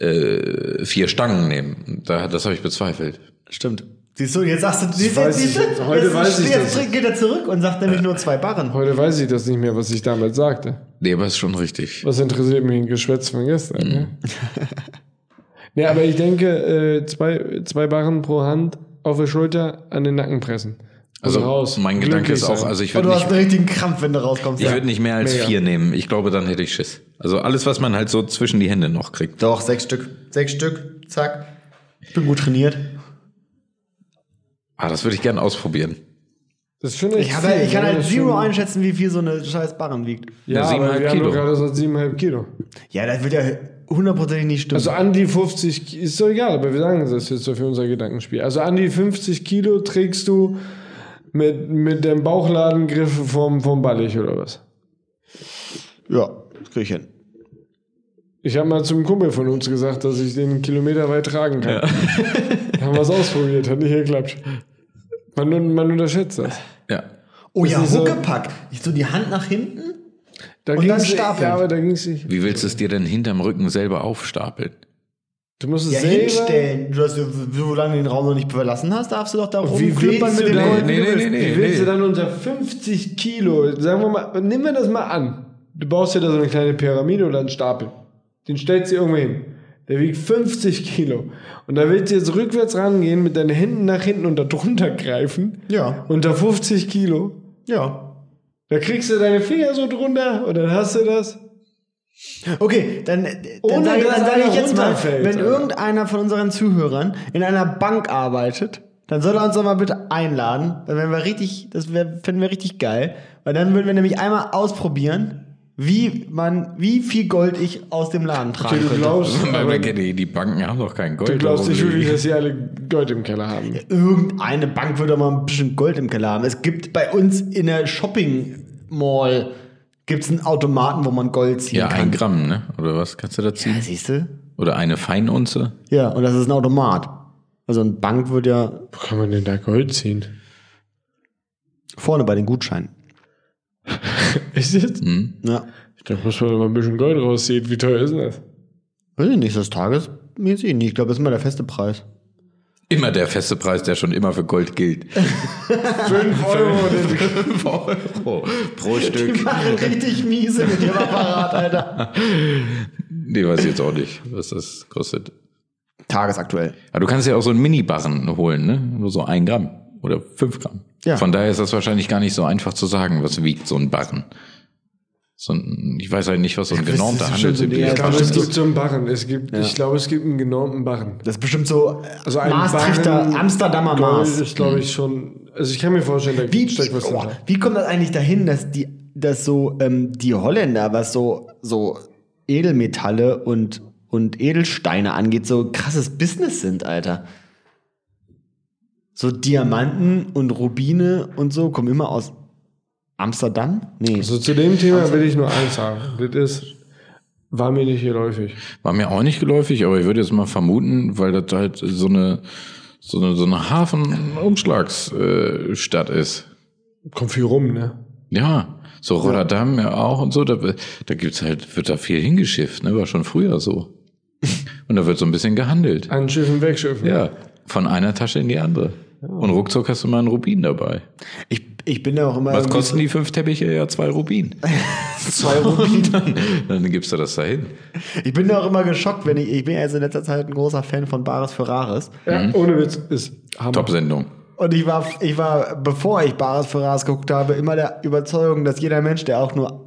äh, vier Stangen nehmen. Da, das habe ich bezweifelt. Stimmt. Siehst du, jetzt sagst du, siehst weiß du, siehst ich jetzt. du, Heute jetzt, weiß ich jetzt das. Äh, geht er zurück und sagt nämlich nur zwei Barren. Heute weiß ich das nicht mehr, was ich damals sagte. Nee, aber ist schon richtig. Was interessiert mich ein Geschwätz von gestern? Ne? Mhm. ja, aber ich denke, äh, zwei, zwei Barren pro Hand auf der Schulter an den Nacken pressen. Und Also raus. mein Gedanke Glücklich ist auch, sein. also ich Und würde du hast nicht, einen richtigen Krampf, wenn du rauskommst. ich würd nicht mehr als Mega. vier nehmen. Ich glaube, dann hätte ich Schiss. Also alles, was man halt so zwischen die Hände noch kriegt. Doch, sechs Stück. Sechs Stück. Zack. Ich bin gut trainiert. Ah, das würde ich gern ausprobieren. das finde ich. Ich, hab, ja- ich kann ja, halt das zero schon- einschätzen, wie viel so eine scheiß Barren wiegt. Ja, Ja, aber siebeneinhalb wir haben doch Kilo. gerade gesagt siebeneinhalb Kilo. Ja, das wird ja hundertprozentig nicht stimmen. Also an die 50 Ki- ist doch egal, aber wir sagen das jetzt so für unser Gedankenspiel. Also an die 50 Kilo trägst du mit, mit dem Bauchladengriff vom, vom Ballig oder was? Also, ja, das krieg ich hin. Ich habe mal zum Kumpel von uns gesagt, dass ich den Kilometer weit tragen kann. haben wir es ausprobiert, hat nicht geklappt. Man, un- man unterschätzt das. Ja. Oh ja, ist so- Huckepack. Ich so die Hand nach hinten. Da Und dann ging's- stapeln. Ja, aber da ging's nicht. Wie willst du es dir denn hinterm Rücken selber aufstapeln? Du musst es Ja, selber. hinstellen. Du hast, ja- solange du den Raum noch nicht verlassen hast, darfst du doch da Wie rumklimpern willst, mit du dem dann, Gold. nee, wie nee, willst, wie nee, willst du nee. dann unter 50 Kilo, sagen wir mal, nehmen wir das mal an. Du baust dir da so eine kleine Pyramide oder einen Stapel. Den stellst du irgendwo hin. Der wiegt 50 Kilo. Und da willst du jetzt rückwärts rangehen, mit deinen Händen nach hinten und da drunter greifen. Ja. Unter 50 Kilo. Ja. Da kriegst du deine Finger so drunter und dann hast du das. Okay, dann, dann Ohne, sage dass dann sag einer ich jetzt mal, runterfällt, wenn Alter. irgendeiner von unseren Zuhörern in einer Bank arbeitet, dann soll er uns doch mal bitte einladen. Dann wären wir richtig, das wär, fänden wir richtig geil. Weil dann würden wir nämlich einmal ausprobieren, wie man, wie viel Gold ich aus dem Laden tragen Du könnte. glaubst, aber, du Die, die Banken haben doch kein Gold. glaubst nicht warum wirklich, die- dass sie alle Gold im Keller haben. Irgendeine Bank würde mal ein bisschen Gold im Keller haben. Es gibt bei uns in der Shopping Mall gibt's einen Automaten, wo man Gold ziehen Ja, kann. ein Gramm, ne? Oder was kannst du da Ja, ziehen? siehst du? Oder eine Feinunze? Ja, und das ist ein Automat. Also eine Bank wird ja Wo kann man denn da Gold ziehen? vorne bei den Gutscheinen. Ist jetzt? Ja. Da muss man mal ein bisschen Gold rausziehen. Wie teuer ist denn das? Weiß ich nicht, das tagesmäßig nicht. Ich glaube, das ist immer der feste Preis. Immer der feste Preis, der schon immer für Gold gilt. 5 Euro, den 5 Euro pro Stück. Machen richtig miese mit ihrem Apparat, Alter. Nee, weiß ich jetzt auch nicht, was das kostet. Tagesaktuell. Aber du kannst ja auch so einen Mini-Barren holen, ne? Nur so ein Gramm oder fünf Gramm. Ja. Von daher ist das wahrscheinlich gar nicht so einfach zu sagen, was wiegt so ein Barren. So ein, ich weiß halt nicht, was so ein genormter ist schon so Handelsüblich die- ist. Also, Ich glaube, Das es stimmt. gibt so einen Barren. Es gibt, Ich glaube, es gibt einen genormten Barren. Das ist bestimmt so Also also ein Maastrichter, Barren- Amsterdamer Maß. Gold ist, glaube ich, schon. Also ich kann mir vorstellen, da Wie, steckt was oh, drin. wie kommt das eigentlich dahin, dass die, dass so ähm, die Holländer, was so, so Edelmetalle und, und Edelsteine angeht, so ein krasses Business sind, Alter. So Diamanten und Rubine und so kommen immer aus Amsterdam? Nee. Also zu dem Thema will ich nur eins sagen. Das ist, war mir nicht geläufig. War mir auch nicht geläufig, aber ich würde jetzt mal vermuten, weil das halt so eine, so eine, so eine Hafenumschlagsstadt ist. Kommt viel rum, ne? Ja, so Rotterdam ja auch und so. Da, da gibt's halt, wird da viel hingeschifft, ne? War schon früher so. Und da wird so ein bisschen gehandelt. Anschiffen, wegschiffen. Ja, von einer Tasche in die andere. Und ruckzuck hast du mal einen Rubin dabei. Ich, ich bin da auch immer. Was irgendwie kosten die fünf Teppiche? Ja, zwei Rubin. zwei Rubine? Dann gibst du das dahin. Ich bin da auch immer geschockt, wenn ich. Ich bin ja jetzt in letzter Zeit ein großer Fan von Bares für Rares. Ja, Mhm. Ohne Witz ist Hammer. Top-Sendung. Und ich war, ich war, bevor ich Bares für Rares geguckt habe, immer der Überzeugung, dass jeder Mensch, der auch nur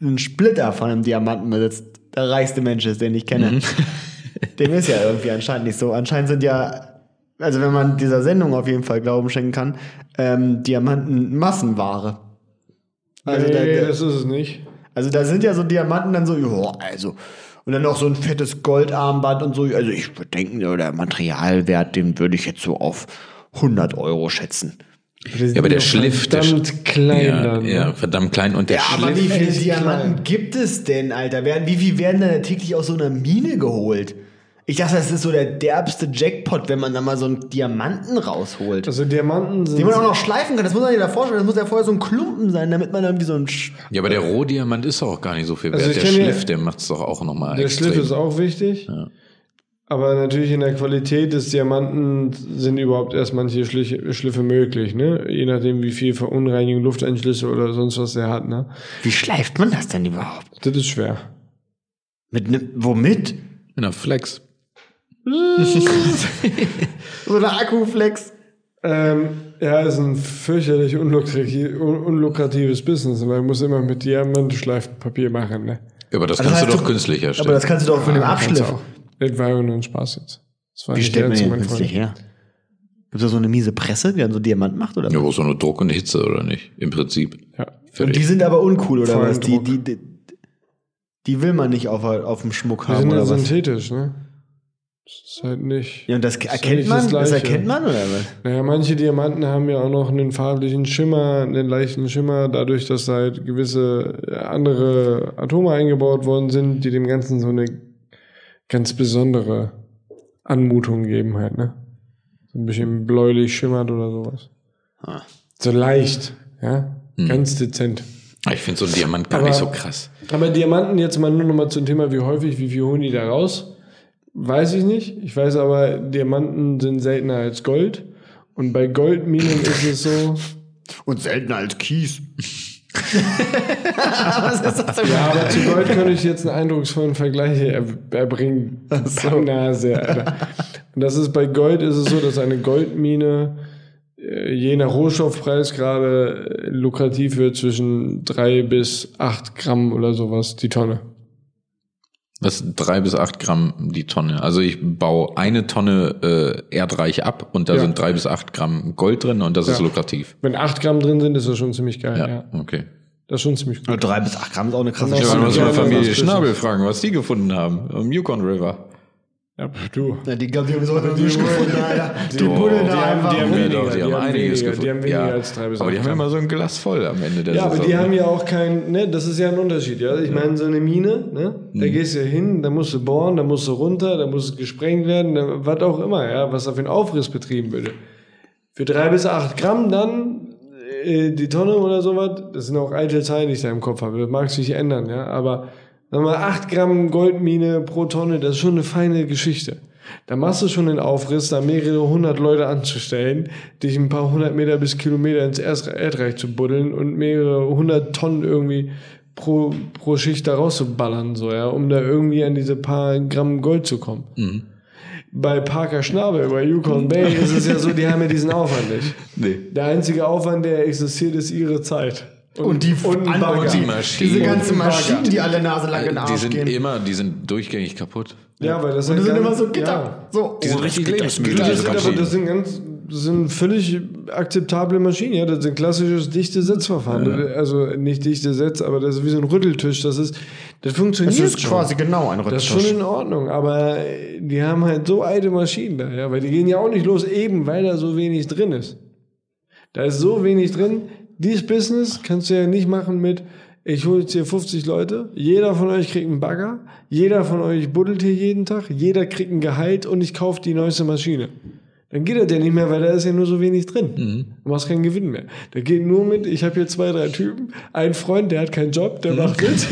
einen Splitter von einem Diamanten besitzt, der reichste Mensch ist, den ich kenne. Dem ist ja irgendwie anscheinend nicht so. Anscheinend sind ja, also wenn man dieser Sendung auf jeden Fall Glauben schenken kann, ähm, Diamanten Massenware. Also nee, da- da- das ist es nicht. Also da sind ja so Diamanten dann so, ja, also. Und dann noch so ein fettes Goldarmband und so. Also ich würde denken, so der Materialwert, den würde ich jetzt so auf 100 Euro schätzen. Ja, aber der Schliff, der Verdammt klein ja, dann. ne? ja, verdammt klein. Und der Ja, aber Schliff. wie viele echt Diamanten klein. gibt es denn, Alter? Werden, wie viel werden denn täglich aus so einer Mine geholt? Ich dachte, das ist so der derbste Jackpot, wenn man da mal so einen Diamanten rausholt. Also Diamanten den sind. man auch noch schleifen kann. Das muss man sich da vorstellen. Das muss ja vorher so ein Klumpen sein, damit man irgendwie so ein... Sch Ja, aber der Rohdiamant ist auch gar nicht so viel wert. Also ich der kenne- Schliff, der macht's doch auch nochmal Der extrem. Schliff ist auch wichtig. Aber natürlich in der Qualität des Diamanten sind überhaupt erst manche Schliche, Schliffe möglich, ne? Je nachdem, wie viel Verunreinigung, Lufteinschlüsse oder sonst was der hat, ne? wie schleift man das denn überhaupt? Das ist schwer. Mit ne, womit? Na, Flex. So eine Akkuflex. Ähm, ja, ist ein fürchterlich unlukri- un- unlukratives Business, weil man muss immer mit Diamantschleifpapier machen, ne? Ja, aber das Also kannst halt du doch so- künstlich herstellen. Aber das kannst du doch von dem Kannst du Abschliff. auch. Das war ja nur ein Spaß jetzt. Das war Wie nicht stellt man ernst, den mein Freund. künstlich her? Gibt es da so eine miese Presse, die dann so Diamant macht? Oder? ja, aber so nur Druck und Hitze, oder nicht? Im Prinzip. Ja. Und Fertig. die sind aber uncool, oder Vollen was? Die, Druck. die, die, die will man nicht auf, auf dem Schmuck Die haben, sind ja oder was? synthetisch, ne? Das ist halt nicht. Ja, und das ist ja erkennt nicht man? Das, Gleiche. erkennt man, oder was? Naja, manche Diamanten haben ja auch noch einen farblichen Schimmer, einen leichten Schimmer, dadurch, dass da halt gewisse äh, andere Atome eingebaut worden sind, die dem Ganzen so eine ganz besondere Anmutung geben halt, ne? So ein bisschen bläulich schimmert oder sowas. Ah. So leicht, ja? Hm. Ganz dezent. Ah, Ich finde so einen Diamant gar Aber- nicht so krass. Aber Diamanten jetzt mal nur noch mal zum Thema, wie häufig, wie viel holen die da raus? Weiß ich nicht. Ich weiß aber, Diamanten sind seltener als Gold. Und bei Goldminen ist es so, Und seltener als Kies. Ja, aber zu Gold könnte ich jetzt einen eindrucksvollen Vergleich er erbringen. Pangnase, Alter. Und das ist bei Gold ist es so, dass eine Goldmine äh, je nach Rohstoffpreis gerade äh, lukrativ wird zwischen drei bis acht Gramm oder sowas die Tonne. Das sind drei bis acht Gramm die Tonne. Also ich baue eine Tonne äh, Erdreich ab und da Ja. sind drei bis acht Gramm Gold drin und das ist Ja. lukrativ. Wenn acht Gramm drin sind, ist das schon ziemlich geil. Ja. Ja, okay. Das ist schon ziemlich gut. Nur drei bis acht Gramm ist auch eine krasse Ja, Ja, also so man eine muss mal kleine Familie Sache. Schnabel fragen, was die gefunden haben im Yukon River. Ja, du. Na, Die glaube ich haben so einen Nisch gefunden, Alter. Die Doch. buddeln da Die haben- einfach. die haben- rum. Ja, doch, weniger, die haben weniger, die haben weniger ja. als drei bis Aber die acht haben ja Gramm. immer so ein Glas voll am Ende der Ja, aber Saison. die haben ja auch kein, ne, das ist ja ein Unterschied, ja. Ich meine, so eine Mine, ne, da gehst du ja hin, da musst du bohren, da musst du runter, da muss es gesprengt werden, da, was auch immer, ja, was da für ein Aufriss betrieben würde. Für drei bis acht Gramm dann äh, die Tonne oder sowas, das sind auch alte Zahlen, die ich da im Kopf habe, das mag sich ändern, ja, aber sagen wir mal, acht Gramm Goldmine pro Tonne, das ist schon eine feine Geschichte. Da machst du schon den Aufriss, da mehrere hundert Leute anzustellen, dich ein paar hundert Meter bis Kilometer ins Erd- Erdreich zu buddeln und mehrere hundert Tonnen irgendwie pro, pro Schicht da rauszuballern, so, ja, um da irgendwie an diese paar Gramm Gold zu kommen. Bei Parker Schnabel, bei Yukon Bay ist es ja so, die haben ja diesen Aufwand nicht. Nee. Der einzige Aufwand, der existiert, ist ihre Zeit. Und die und ein Bagger. die Bagger. Maschinen. Diese ganzen Und ein Bagger. Maschinen, die alle Nase lang in den Äh, Die Arsch sind gehen. immer, die sind durchgängig kaputt. Ja, weil das, Die halt sind ganz- immer so Ja. Gitter. So. Die sind oh, das richtig Gitter. lebensmüde, Ja, diese das sind aber das also Maschinen. sind ganz sind völlig akzeptable Maschinen. Ja, das sind klassisches dichte Setzverfahren. Also nicht dichte Setz, aber das ist wie so ein Rütteltisch. Das ist, das funktioniert Das ist schon. quasi genau ein Das ist Rücktisch. schon in Ordnung, aber die haben halt so alte Maschinen da, ja, weil die gehen ja auch nicht los, eben weil da so wenig drin ist. Da ist so wenig drin. Dieses Business kannst du ja nicht machen mit, ich hole jetzt hier 50 Leute, jeder von euch kriegt einen Bagger, jeder von euch buddelt hier jeden Tag, jeder kriegt ein Gehalt und ich kaufe die neueste Maschine. Dann geht das ja nicht mehr, weil da ist ja nur so wenig drin. Du machst keinen Gewinn mehr. Da geht nur mit, ich habe hier zwei, drei Typen, ein Freund, der hat keinen Job, der macht mit,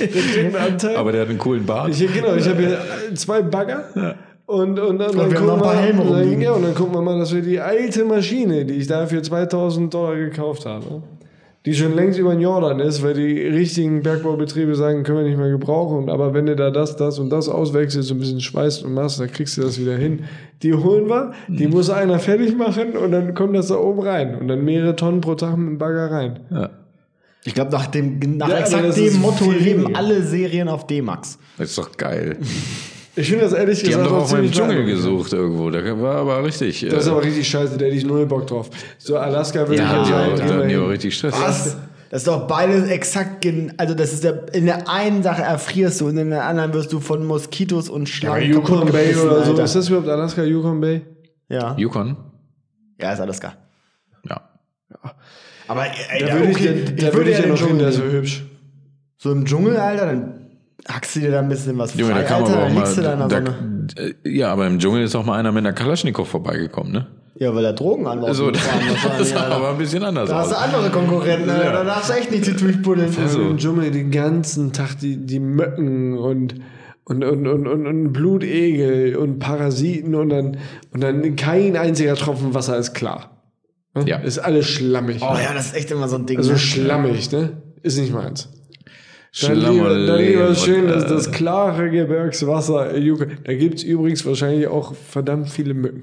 der kriegt einen Anteil. Aber der hat einen coolen Bart. Ich, genau, ich habe hier zwei Bagger. Und, und, dann, wir haben dann gucken noch ein paar Helme wir, dann, rumliegen. ja, und dann gucken wir mal, dass wir die alte Maschine, die ich da für 2000 Dollar gekauft habe, die schon längst über den Jordan ist, weil die richtigen Bergbaubetriebe sagen, können wir nicht mehr gebrauchen, aber wenn du da das, das und das auswechselst, so ein bisschen schweißt und machst, dann kriegst du das wieder hin. Die holen wir, die muss einer fertig machen und dann kommt das da oben rein und dann mehrere Tonnen pro Tag mit dem Bagger rein. Ich glaube, nach dem, nach Ja, aber exakt das dem ist Motto viel leben weniger. alle Serien auf D-Max. Das ist doch geil. Ich finde das ehrlich Die gesagt haben doch auch mal im ziemlich Dschungel beeindruckend. gesucht irgendwo. Da war aber richtig. Das ist äh, aber richtig scheiße, da hätte ich null Bock drauf. So Alaska würde da ich hatten die jetzt aber- da hatten die aber halt richtig Stress. Was? Das ist doch beides exakt, gen- also das ist der, in der einen Sache erfrierst du und in der anderen wirst du von Moskitos und Schlangen ja, Yukon kaputt Bay gebissen, oder so. Alter. Ist also das überhaupt Alaska, Yukon Bay? Ja. Yukon? ja, ist alles klar. Ja. Aber ey, Da ja, würde okay, ich, da, da würde ich ja den noch hin, Dschungel der ist so nehmen. hübsch. So im Dschungel, Alter, dann hackst du dir da ein bisschen was Junge, da frei, kam Alter, aber auch dann liegst du da in mal. der Da, Sonne. äh, ja, aber im Dschungel ist auch mal einer mit einer Kalaschnikow vorbeigekommen, ne? Ja, weil da Drogen anlaufen. So, das sah da aber ein bisschen anders da hast du aus. andere Konkurrenten, Alter. da darfst du echt nicht die durchbuddeln. Also im Dschungel den ganzen Tag die, die Möcken und, und, und, und, und, und Blutegel und Parasiten und dann, und dann kein einziger Tropfen Wasser ist klar. Ne? Ja. Ist alles schlammig. Oh ja, das ist echt immer so ein Ding. also ne? schlammig, ne? Ist nicht meins. Dann lieber, Schlammerle- dann lieber schön, und, dass äh, das klare Gebirgswasser, Juke. Da gibt es übrigens wahrscheinlich auch verdammt viele Mücken.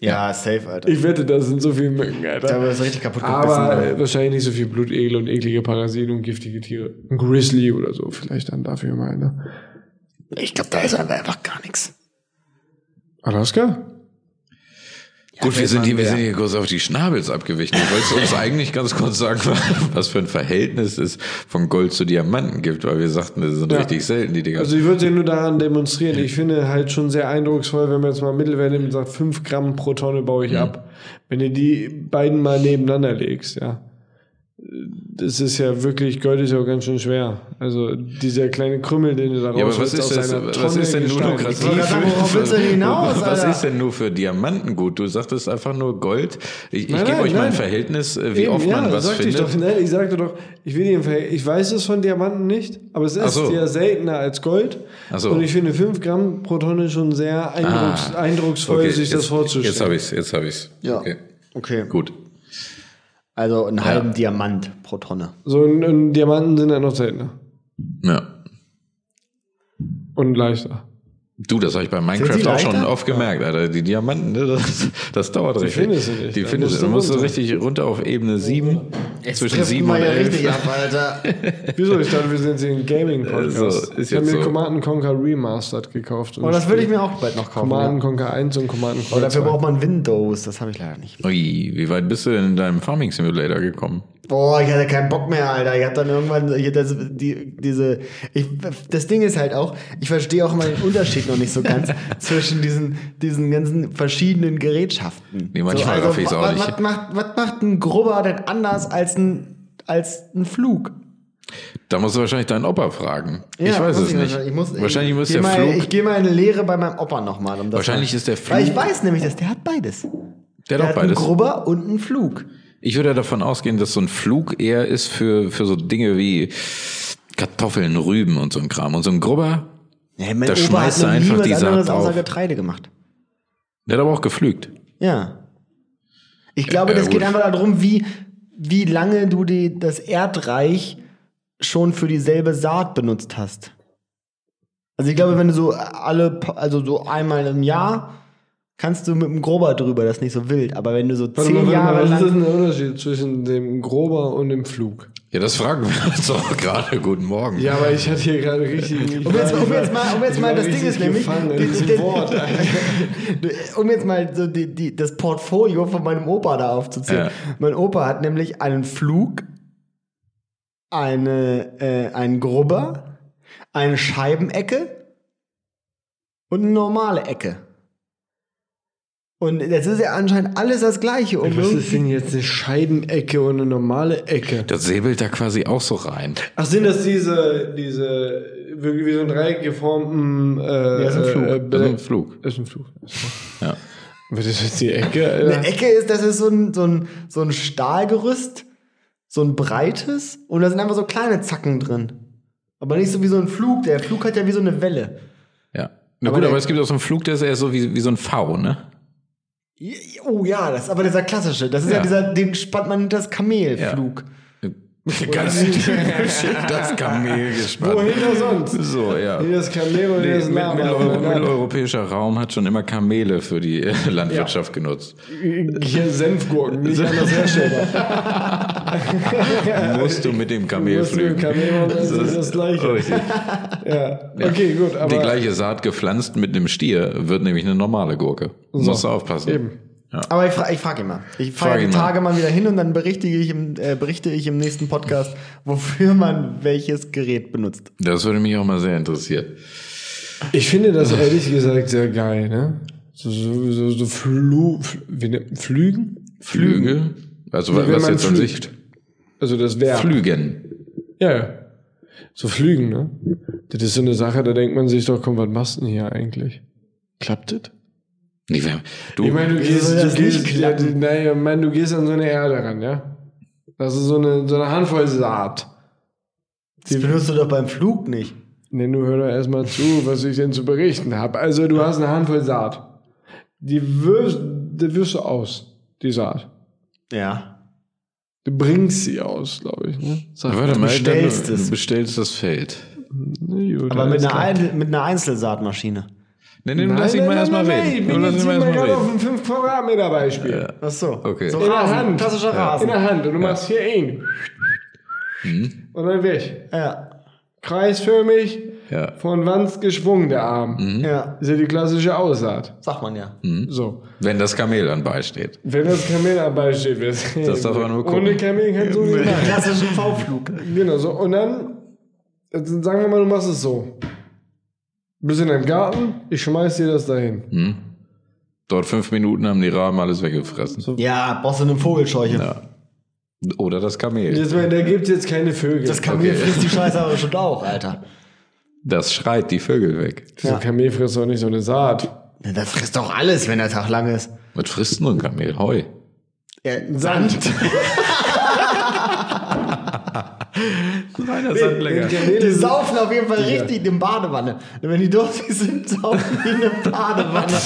ja, safe, Alter. Ich wette, da sind so viele Mücken, Da Alter. wird es richtig kaputt gebissen. Aber Alter. äh, wahrscheinlich nicht so viel Blutegel und eklige Parasiten und giftige Tiere. Ein Grizzly oder so, vielleicht dann dafür mal, ne? ich glaube, da ist aber einfach gar nichts. Alaska? Äh, Gut, wir sind, hier, wir wer- sind hier kurz auf die Schnabels abgewichen. Du wolltest uns eigentlich ganz kurz sagen, was für ein Verhältnis es von Gold zu Diamanten gibt, weil wir sagten, das sind Ja. richtig selten, die Dinger. Also ich würde dir nur daran demonstrieren. Ich finde halt schon sehr eindrucksvoll, wenn man jetzt mal Mittelwerte nimmt und sagt, 5 Gramm pro Tonne baue Mhm. ich ab. Wenn du die beiden mal nebeneinander legst, ja. Das ist ja wirklich, Gold ist ja auch ganz schön schwer. Also dieser kleine Krümmel, den du da ja, aber was rausholst ist, das, einer was ist denn Tonne Gestein. Ludokratie? Ich wollte gerade sagen, worauf willst du hinaus, was Alter? ist denn nur für Diamanten gut? Du sagtest einfach nur Gold. Ich, ich Nein, gebe nein, euch mal ein nein. Verhältnis, äh, wie Eben, oft man ja, was sagte ich findet. Doch, nein, ich sagte doch, ich will dir im Verhält- ich weiß es von Diamanten nicht, aber es Ach ist so. ja seltener als Gold. Ach so. Und ich finde 5 Gramm pro Tonne schon sehr eindrucks, Ah, eindrucksvoll, okay, sich das jetzt- vorzustellen. Jetzt habe ich es, jetzt habe ich es. Ja. Okay. Okay. Gut. Also einen halben Diamant pro Tonne. So und, und Diamanten sind dann noch seltener Ja. und leichter. Du, das habe ich bei die Minecraft auch schon leichter? oft gemerkt, Alter. Die Diamanten, ne, das, das dauert richtig. findest du nicht. Die Da musst findest du. du Du musst runter. richtig runter auf Ebene 7, zwischen 7 und mal 11. richtig ab, Alter. Wieso? Ich dachte, wir sind hier ein Gaming-Podcast. So, ist ich habe jetzt mir so. Command Conquer Remastered gekauft. Und Aber Oh, das würde ich mir auch bald noch kaufen. Command ja. Conquer 1 und Command Aber Conquer dafür 2. braucht man Windows, das habe ich leider nicht. Ui, wie weit bist du denn in deinem Farming Simulator gekommen? Boah, ich hatte keinen Bock mehr, Alter. Ich hab dann irgendwann hier das, die, diese. Ich, das Ding ist halt auch, ich verstehe auch immer den Unterschied noch nicht so ganz zwischen diesen, diesen ganzen verschiedenen Gerätschaften. also, Nee, manchmal raff ich's auch wa- nicht. Was macht, was macht ein Grubber denn anders als ein, als ein Flug? Da musst du wahrscheinlich deinen Opa fragen. ich Ja, weiß muss es nicht. wahrscheinlich- Ich muss, wahrscheinlich ich, muss geh der mal, Flug, Ich gehe mal in eine Lehre bei meinem Opa nochmal. Um das Wahrscheinlich mal- ist der Weil ich Flug- weiß nämlich, dass der hat beides. der Der hat auch hat einen beides. Grubber und einen Flug. Ich würde ja davon ausgehen, dass so ein Flug eher ist für, für so Dinge wie Kartoffeln, Rüben und so ein Kram. Und so ein Grubber, Ja, mein Da schmeißt noch er nie einfach was die Saat anderes außer drauf. Getreide gemacht. der hat aber auch geflügt. Ja. Ich glaube, Äh, das gut. geht einfach darum, wie, wie lange du die, das Erdreich schon für dieselbe Saat benutzt hast. Also ich glaube, wenn du so alle, pa- also so einmal im Jahr, kannst du mit dem Grober drüber, das ist nicht so wild. Aber wenn du so Warte zehn mal, warte mal, Jahre was ist lang. denn der Unterschied zwischen dem Grober und dem Flug? Ja, das fragen wir uns doch gerade. Guten Morgen. Ja, aber ich hatte hier gerade richtig. Um jetzt, um jetzt mal, um jetzt ich mal war das Ding richtig ist nämlich, gefangen in die- diesem die- Wort, um jetzt mal so die, die, das Portfolio von meinem Opa da aufzuziehen. Ja. Mein Opa hat nämlich einen Flug, eine, äh, einen Grubber, eine Scheibenecke und eine normale Ecke. Und das ist ja anscheinend alles das Gleiche. um Und Was irgendwie- ist denn jetzt eine Scheibenecke und eine normale Ecke? Das säbelt da quasi auch so rein. Ach, sind das diese, diese wirklich wie so ein Dreieck geformten. Äh, ja, ist ein Flug. Äh, Das ist ein Blä- Flug. ist ein Flug. Ja. Was ist jetzt die Ecke? Eine Alter? Ecke ist, das ist so ein, so ein, so ein Stahlgerüst, so ein breites, und da sind einfach so kleine Zacken drin. Aber nicht so wie so ein Flug. Der Flug hat ja wie so eine Welle. ja. Na Aber gut, der- aber es gibt auch so einen Flug, der ist eher so wie, wie so ein V, ne? Oh ja, das ist aber dieser klassische. Das ist ja, Ja. dieser, den spannt man hinter das Kamelflug. Ganz typisch in das Kamel gespannt. Wohin auch sonst? So, ja. Hier ist Kamel und hier Nee, ist ein mittel- Lama. Mitteleuropäischer Raum hat schon immer Kamele für die äh, Landwirtschaft genutzt. Hier Senfgurken, nicht anders herstellbar. Musst du mit dem Kamel Musst du mit pflügen. dem Kamel machen, das ist das Gleiche. Richtig. Ja. Okay, gut, aber. Oh, Die gleiche Saat gepflanzt mit einem Stier wird nämlich eine normale Gurke. Musst du aufpassen. Eben. Aber ich, fra ich frage ihn mal. Ich fahre Frag die ihn mal. Tage mal wieder hin und dann berichte ich, im, äh, berichte ich im nächsten Podcast, wofür man welches Gerät benutzt. Das würde mich auch mal sehr interessieren. Ich finde das ehrlich gesagt sehr geil, ne? So, so, so, so Flu, Fl- wie nennt, Flügen? Flüge? Also Wenn was man jetzt an sich? fliegt. Also das Verb. Flügen. Ja, ja. So Flügen, ne? Das ist so eine Sache, da denkt man sich doch, komm, was machst du denn hier eigentlich? Klappt das? Nee, wer- du, Ich meine, du gehst, soll du das nicht gehst, ja, klappen? naja, ich meine, du gehst an so eine Erde ran, ja? Das ist so eine, so eine Handvoll Saat. Das benutzt du doch beim Flug nicht. Ne, nur hör doch erstmal zu, was ich denn zu berichten habe. Also, du hast eine Handvoll Saat. Die wirst, die wirst du aus, die Saat. Ja. Du bringst sie aus, glaube ich. Ne? Sag warte mal, bestellst dann, es. du bestellst das Feld. Nee, gut, Aber alles mit einer, klar. Ein mit einer Einzelsaatmaschine. Nee, nee, Nein, lass ihn nein, mal nein, erstmal nein, reden. nein, Ich bin lass jetzt ihn mal hier mal erstmal gerade auf reden. einem 5 Quadratmeter Beispiel. Ach so. Okay. So In der Rasen, Hand. klassischer In Rasen. der Hand. Und du machst hier ein. Mhm. Und dann weg. Ja. Kreisförmig, Ja. von Wanz geschwungen, der Arm. Mhm. Hm? Ja. Hm. Ist ja die klassische Aussaat. Sagt man ja. So. Wenn das Kamel dann beisteht. Wenn das Kamel dabei steht, wir sehen. Das darf man nur gucken. Ohne Kamel kannst du nicht machen. Klassischen V-Flug. Genau, so. Und dann, jetzt sagen wir mal, du machst es so. Bist in deinem Garten, ich schmeiß dir das dahin. Hm. Dort fünf Minuten haben die Raben alles weggefressen. Ja, brauchst du eine Vogelscheuche. Oder das Kamel. Jetzt, mal, da gibt's jetzt keine Vögel. Das Kamel Okay. frisst die Scheiße aber schon auch, Alter. Das schreit die Vögel weg. So ein Kamel frisst doch nicht so eine Saat. Na, Das frisst doch alles, wenn der Tag lang ist. Was frisst denn so ein Kamel? Heu. Ja, Sand. Reiner Die saufen auf jeden Fall richtig in Badewanne. Und wenn die durstig sind, saufen die in der Badewanne.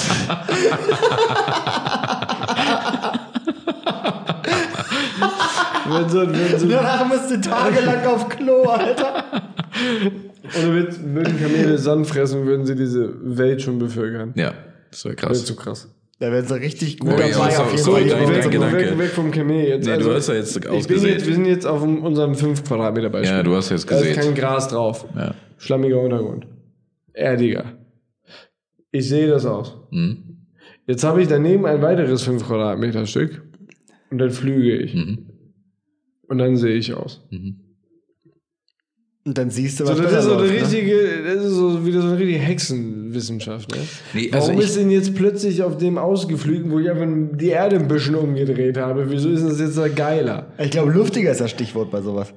Wenn so, wenn so, Und danach musst du tagelang auf Klo, Alter. oder würd- würden Kamele Sand fressen, würden sie diese Welt schon bevölkern. Ja, das wäre Das ist krass. zu krass. Da werden sie richtig gut Oh, ja, dabei so- auf jeden so Fall. ein Die Dein weg, Gedanke. weg, weg vom Kamel jetzt. Also, Nee, du hast ja jetzt ich bin ausgesät. jetzt, Wir sind jetzt auf dem- unserem 5 Quadratmeter Beispiel. Ja, du hast jetzt Da ist gesät. kein Gras drauf. Ja. Schlammiger Untergrund. Erdiger. Ich sehe das aus. Mhm. Jetzt habe ich daneben ein weiteres 5 Quadratmeter Stück und dann flüge ich. Mhm. Und dann sehe ich aus. Und dann siehst du, So, was das besser ist so eine läuft, ne? richtige, das ist so wieder so eine richtige Hexenwissenschaft. Ne? Nee, also Warum ich- ist denn jetzt plötzlich auf dem ausgeflügen, wo ich einfach die Erde ein bisschen umgedreht habe? Wieso ist das jetzt da geiler? ne? Ich glaube, luftiger ist das Stichwort bei sowas.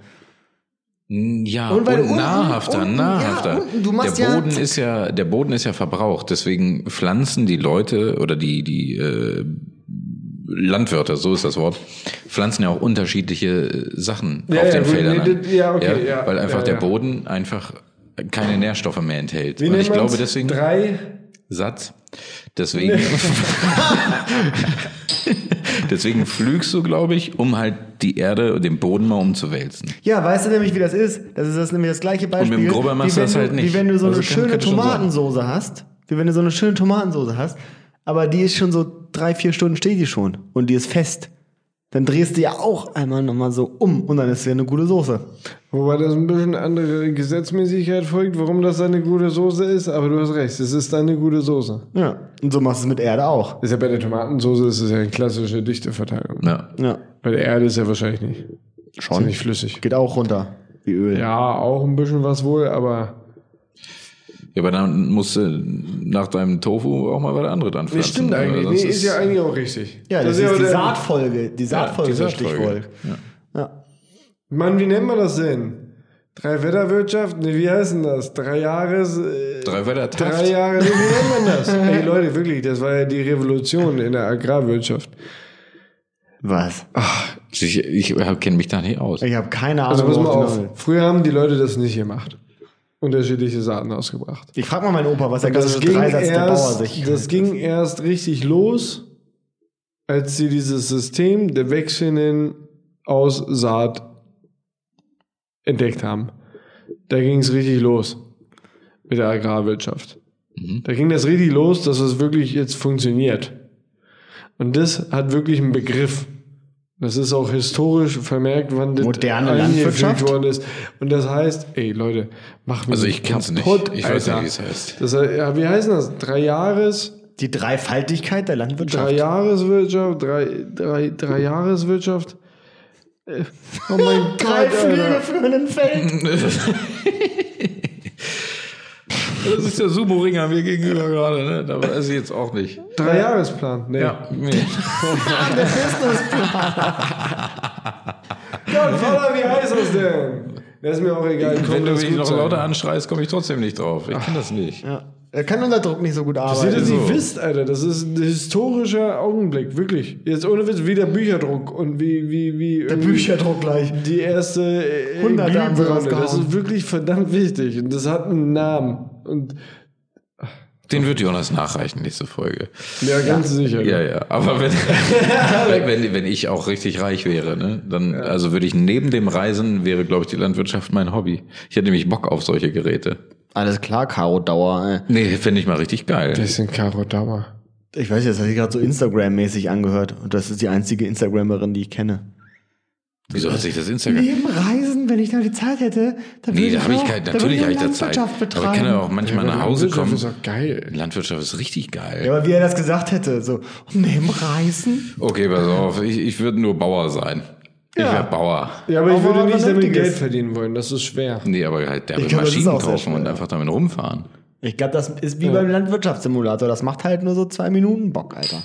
Ja, Und und, weil unten- nahrhafter, unten- nahrhafter. ja, unten, du machst ja- der Boden ist ja, der Boden ist ja verbraucht, deswegen pflanzen die Leute oder die die äh, Landwirte, so ist das Wort, pflanzen ja auch unterschiedliche äh, Sachen Ja, auf ja, den gut, Feldern. nee, an. das- ja, okay, ja, weil einfach ja, der ja. Boden einfach keine Nährstoffe mehr enthält. Wie und nennt ich glaube man's? deswegen Drei. Satz. Deswegen Deswegen flügst du, glaube ich, um halt die Erde, den Boden mal umzuwälzen. Ja, weißt du nämlich, wie das ist? Das ist das nämlich das gleiche Beispiel. mit dem Grubber machst wie wenn du das halt nicht. Wie wenn du so Also eine kann- schöne könnte schon sein. Tomatensoße hast, wie wenn du so eine schöne Tomatensoße hast, aber die ist schon so drei, vier Stunden steht die schon und die ist fest. Dann drehst du ja auch einmal nochmal so um und dann ist ja eine gute Soße. Wobei das ein bisschen andere Gesetzmäßigkeit folgt, warum das eine gute Soße ist, aber du hast recht, es ist eine gute Soße. Ja. Und so machst du es mit Erde auch. Ist ja bei der Tomatensoße ist es ja eine klassische Dichteverteilung. Ja. Ja. Bei der Erde ist ja wahrscheinlich nicht. Schon. Ist ja nicht flüssig. Geht auch runter. Wie Öl. Ja, auch ein bisschen was wohl, aber ja, aber dann musst du nach deinem Tofu auch mal was anderes anpflanzen. das stimmt oder? eigentlich. Sonst Nee, ist ja eigentlich auch richtig. Ja, das, ja ist die der- Saatfolge. Die Saatfolge die ist das Saatfolge. Stichwort. Ja. Ja. Mann, wie nennt man das denn? Drei Wetterwirtschaft? Nee, wie heißt denn das? Drei Jahres. Äh, Drei Wetter Taft. drei Jahre. Nee, wie nennt man das? Ey Leute, wirklich, das war ja die Revolution in der Agrarwirtschaft. Was? Ich, ich kenne mich da nicht aus. Ich habe keine Ahnung. Also pass mal worauf du auf. hinaus willst. Früher haben die Leute das nicht gemacht. Unterschiedliche Saaten ausgebracht. Ich frage mal meinen Opa, was der Das klassische Also ging, Dreisatz der Bauer erst, sich. das ging erst richtig los, als sie dieses System der wechselnden aus Saat entdeckt haben. Da ging es richtig los mit der Agrarwirtschaft. Mhm. Da ging das richtig los, dass es wirklich jetzt funktioniert. Und das hat wirklich einen Begriff. Das ist auch historisch vermerkt, wann das Moderne eingefügt Landwirtschaft? worden ist. Und das heißt, ey Leute, mach mir Also ich nicht kann's nicht. kaputt, Ich weiß nicht, Alter. wie es heißt. Das, heißt, ja, wie heißt denn das? Drei Jahres, Die Dreifaltigkeit der Landwirtschaft. drei Jahreswirtschaft, drei, drei, drei Jahreswirtschaft. Äh, Oh mein Gott, Drei Flüge Alter. für einen Feld. Das ist der Sumo-Ring an mir gegenüber gerade, ne? Da weiß ich jetzt auch nicht. Drei Jahresplan. Nee. Ja, nee. Gott, Vater, wie heißt das denn? Das ist mir auch egal. komm, Wenn du lass mich gut noch sein. lauter anschreist, komme ich trotzdem nicht drauf. Ich kenne das nicht. Ja. Er kann unter Druck nicht so gut Seht ihr, arbeiten. sie so. wisst, Alter, das ist ein historischer Augenblick, wirklich. Jetzt ohne Witz, wie der Bücherdruck und wie, wie, wie. Der Bücherdruck gleich. Die erste äh, Hunderte haben sie Glühbirne. Das rausgehauen. ist wirklich verdammt wichtig und das hat einen Namen. Und, Den wird Jonas nachreichen, nächste Folge. ja, ganz sicher. Ja, ja. Aber wenn, wenn- wenn, wenn ich auch richtig reich wäre, ne? Dann, also würde ich neben dem Reisen, wäre, glaube ich, die Landwirtschaft mein Hobby. Ich hätte nämlich Bock auf solche Geräte. Alles klar, Caro Dauer. ey. Nee, finde ich mal richtig geil. Bisschen Karo Dauer. Ich weiß nicht, das hat sich gerade so Instagram-mäßig angehört. Und das ist die einzige Instagramerin, die ich kenne. Wieso hat sich das Instagram? Neben Reisen, wenn ich noch die Zeit hätte, dann Nee, da habe ich keine, natürlich habe ich da Zeit. Aber ich kann ja auch manchmal nach Hause kommen. Das ist doch geil. Landwirtschaft ist richtig Ja, geil. aber wie er das gesagt hätte, so, neben Reisen? Okay, pass auf, ich, ich würde nur Bauer sein. Ich Ja. wäre Bauer. Ja, aber ich Aber würde nicht damit Vernünftiges. Geld verdienen wollen, das ist schwer. Nee, aber halt der Ich mit glaube, das ist Maschinen auch sehr kaufen schwer, und ja. einfach damit rumfahren. Ich glaube, das ist wie beim Landwirtschaftssimulator. Das macht halt nur so zwei Minuten Bock, Alter.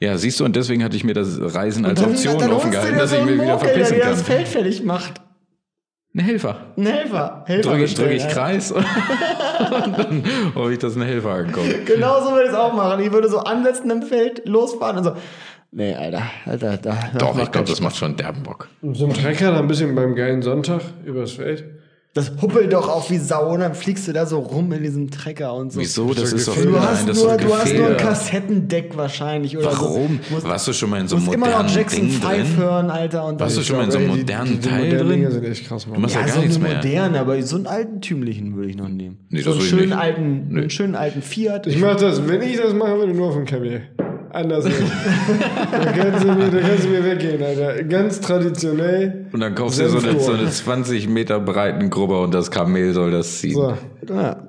Ja, siehst du, und deswegen hatte ich mir das Reisen als Option holst offen du dir gehalten, dass so ich einen mir wieder Mogel, verpissen der dir das kann. Feld fertig macht. Ein Helfer. Ein Helfer. Helfer Drücke ich, drück ich bestellen, Kreis und dann hoffe ich, dass ein Helfer ankommt. Alter. Genauso würde ich es auch machen. Ich würde so ansetzen im Feld, losfahren und so. Nee, Alter. Alter, da. das Doch, macht ich glaube, keinen das macht schon derben Bock. Mit so einem Trecker dann ein bisschen beim geilen Sonntag übers Feld. Das huppelt doch auch wie Sau und dann fliegst du da so rum in diesem Trecker und so. Wieso? Das ist doch Gefälle. Du Nein, hast, das ist nur, doch du hast nur ein Gefälle. Kassettendeck wahrscheinlich. Oder Warum? So. Musst, Warst du schon mal in so einem musst also immer noch modernen Jackson Ding 5 drin? hören, Alter. Und Warst du schon mal in so einem modernen Teil Moderne Dinger drin? sind echt krass, Du Mann. machst ja, ja, gar so nichts einen mehr. modernen, aber so einen altentümlichen würde ich noch nehmen. Nee, so einen das will ich schönen nicht. alten, Nee. einen schönen alten Fiat. Ich mach das, wenn ich das mache, würde ich nur auf dem Klavier. Anders nicht. da, kannst du mir, da kannst du mir weggehen, Alter. Ganz traditionell. Und dann kaufst du dir so eine, Senfrohr. so eine 20 Meter breiten Gruppe und das Kamel soll das ziehen. So. ja.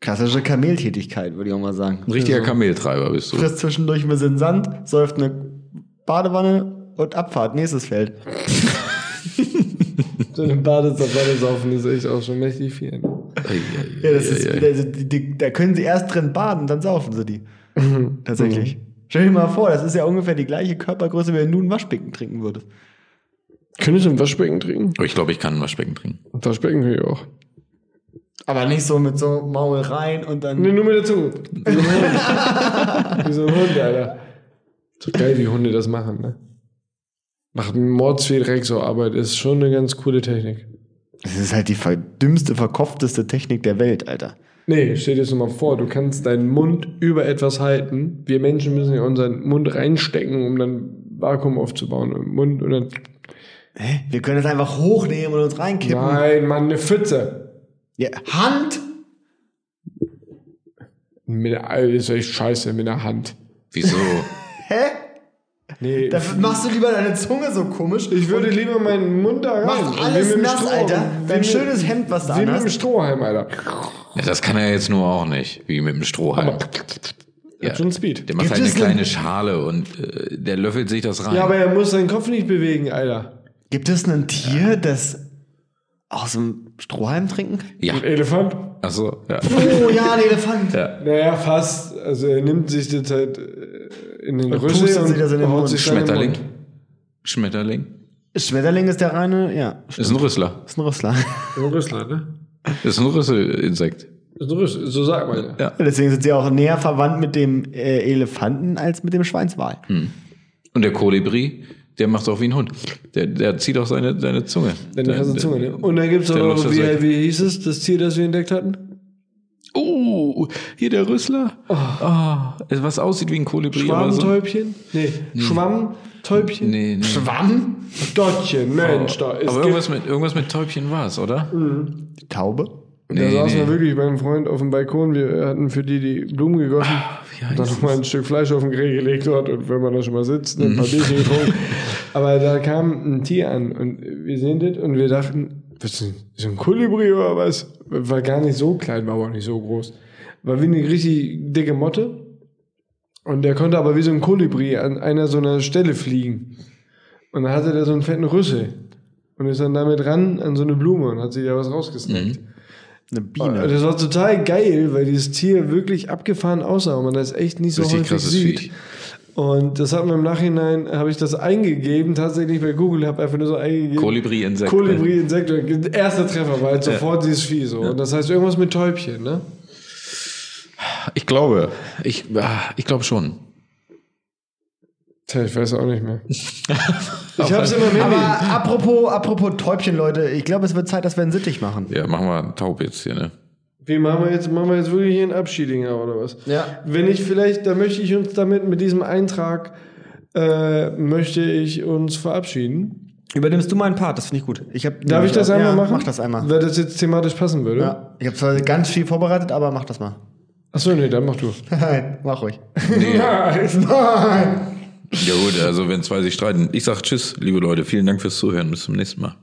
Klassische Kameltätigkeit, würde ich auch mal sagen. Ein richtiger Kameltreiber bist du. Frisst zwischendurch ein bisschen Sand, säuft eine Badewanne und Abfahrt, nächstes Feld. So eine Badesabbade saufen ist echt auch schon mächtig viel. Ja, das ist, Eieiei. also die, die, da können sie erst drin baden, dann saufen sie die. Tatsächlich. Stell dir mal vor, das ist ja ungefähr die gleiche Körpergröße, wenn du ein Waschbecken trinken würdest. Könntest du ein Waschbecken trinken? Aber Ich glaube, ich kann ein Waschbecken trinken. Ein Waschbecken will ich auch. Aber nicht so mit so Maul rein und dann. Nee, nur mit dazu. Wie so ein Hund. Wie so ein Hund, Alter. So geil, wie Hunde das machen, ne? Macht Mords viel Dreck so Arbeit. Ist schon eine ganz coole Technik. Das ist halt die ver- dümmste, verkopfteste Technik der Welt, Alter. Nee, stell dir das mal vor, du kannst deinen Mund über etwas halten. Wir Menschen müssen ja unseren Mund reinstecken, um dann Vakuum aufzubauen im Mund und dann. Hä? Wir können das einfach hochnehmen und uns reinkippen. Nein, Mann, eine Pfütze. Ja, Hand! Mit der, das ist echt scheiße mit der Hand. Wieso? Hä? Nee, Da machst du lieber deine Zunge so komisch. ich würde lieber meinen Mund da rein. Mach Und wie alles mit dem nass, Alter. wie Dein mit- schönes Hemd, was du Wie mit dem anhast. Strohhalm, Alter. Ja, das kann er jetzt nur auch nicht, wie mit dem Strohhalm. Ja. Schon Speed. Der macht Gibt halt eine es denn- kleine Schale und äh, der löffelt sich das rein. Ja, aber er muss seinen Kopf nicht bewegen, Alter. Gibt es ein Tier, das aus dem Strohhalm trinken kann? ja. Ein Elefant? Ach so, ja. Oh ja, ein Elefant. Naja, fast. Also er nimmt sich das halt äh, in den Rüssel pustet und sich das in den haut Mund. sich dann in den Schmetterling. Mund. Schmetterling. Schmetterling ist der reine, ja, Ist ein Rüssler. ist ein Rüssler. Ein Rüssler, ne? Ist ein Rüsselinsekt. Ist ein Rüssel, so sagt man ja. Ja. Deswegen sind sie auch näher verwandt mit dem äh, Elefanten als mit dem Schweinswal. Und der Kolibri, der macht auch wie ein Hund. Der, der zieht auch seine, seine Zunge. Dann hast du Zunge, ne? Und dann gibt's auch der läuft noch, das wie, weg. wie hieß es, das Tier, das wir entdeckt hatten? Oh, hier der Rüssler. Oh. Ah, es- was aussieht wie ein Kolibri. aber so, Schwammtäubchen? Nee, Schwammtäubchen? nee, nee. Schwamm? Dottchen, Mensch, da ist Aber irgendwas mit, irgendwas mit Täubchen war es, oder? Die Taube? Da saßen wir wirklich beim Freund auf dem Balkon. Wir hatten für die die Blumen gegossen. Ah, wie heißt und dann nochmal ein Stück Fleisch auf den Grill gelegt dort. Und wenn man da schon mal sitzt, Mhm. ein paar Bierchen getrunken. Aber da kam ein Tier an und wir sehen das und wir dachten, was ist denn, ist ein Kolibri oder was? War gar nicht so klein, war aber auch nicht so groß. War wie eine richtig dicke Motte. Und der konnte aber wie so ein Kolibri an einer so einer Stelle fliegen. Und dann hatte der so einen fetten Rüssel. Und ist dann damit ran an so eine Blume und hat sich da was Mhm. rausgesnackt. Eine Biene. Das war total geil, weil dieses Tier wirklich abgefahren aussah und man das echt nicht so Richtig häufig krasses sieht. Viech. Und das hat mir im Nachhinein, habe ich das eingegeben, tatsächlich bei Google, habe einfach nur so eingegeben. Kolibri-Insekt. Kolibri-Insekt. und Erster Treffer war halt sofort dieses Vieh so. Und das heißt irgendwas mit Täubchen, ne? Ich glaube, ich, ah, ich glaube schon. Tja, ich weiß auch nicht mehr. ich hab's immer mehr. Aber Äh, apropos, apropos Täubchen, Leute, ich glaube, es wird Zeit, dass wir einen Sittich machen. Ja, machen wir taub jetzt hier, ne? Wie machen wir jetzt? Machen wir jetzt wirklich hier einen Abschiedinger oder was? Ja. Wenn ich vielleicht, dann möchte ich uns damit mit diesem Eintrag äh, möchte ich uns verabschieden. Übernimmst du mal einen Part, das finde ich gut. Ich hab, Darf ich das einmal ja, machen? Mach das einmal. Weil das jetzt thematisch passen würde. Ja. Ich habe zwar ganz viel vorbereitet, aber mach das mal. Achso, nee, dann mach du. Nein, mach ruhig. Nee. Nein. Ja gut, also wenn zwei sich streiten. Ich sag Tschüss, liebe Leute. Vielen Dank fürs Zuhören. Bis zum nächsten Mal.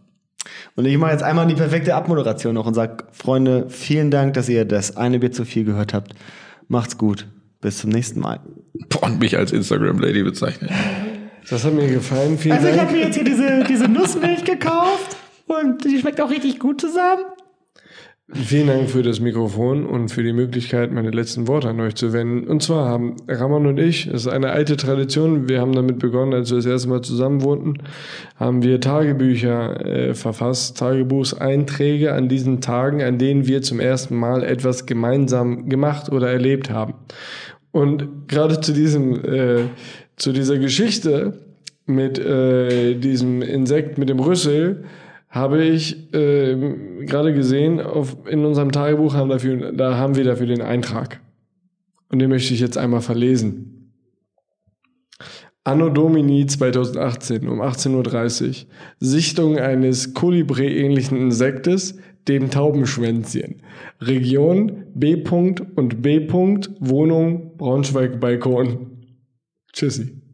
Und ich mache jetzt einmal die perfekte Abmoderation noch und sage, Freunde, vielen Dank, dass ihr das eine Bier zu viel gehört habt. Macht's gut. Bis zum nächsten Mal. Boah, und mich als Instagram-Lady bezeichnet. Das hat mir gefallen. Vielen Dank. Also mir jetzt hier diese, diese Nussmilch gekauft und die schmeckt auch richtig gut zusammen. Vielen Dank für das Mikrofon und für die Möglichkeit, meine letzten Worte an euch zu wenden. Und zwar haben Ramon und ich, das ist eine alte Tradition, wir haben damit begonnen, als wir das erste Mal zusammen wohnten, haben wir Tagebücher äh, verfasst, Tagebucheinträge an diesen Tagen, an denen wir zum ersten Mal etwas gemeinsam gemacht oder erlebt haben. Und gerade zu diesem, äh, zu dieser Geschichte mit äh, diesem Insekt mit dem Rüssel habe ich ähm, gerade gesehen, auf, in unserem Tagebuch haben dafür, da haben wir dafür den Eintrag. Und den möchte ich jetzt einmal verlesen. Anno Domini 2018 um 18.30 Uhr. Sichtung eines Kolibri-ähnlichen Insektes, dem Taubenschwänzchen. Region B. und B. Wohnung Braunschweig-Balkon. Tschüssi.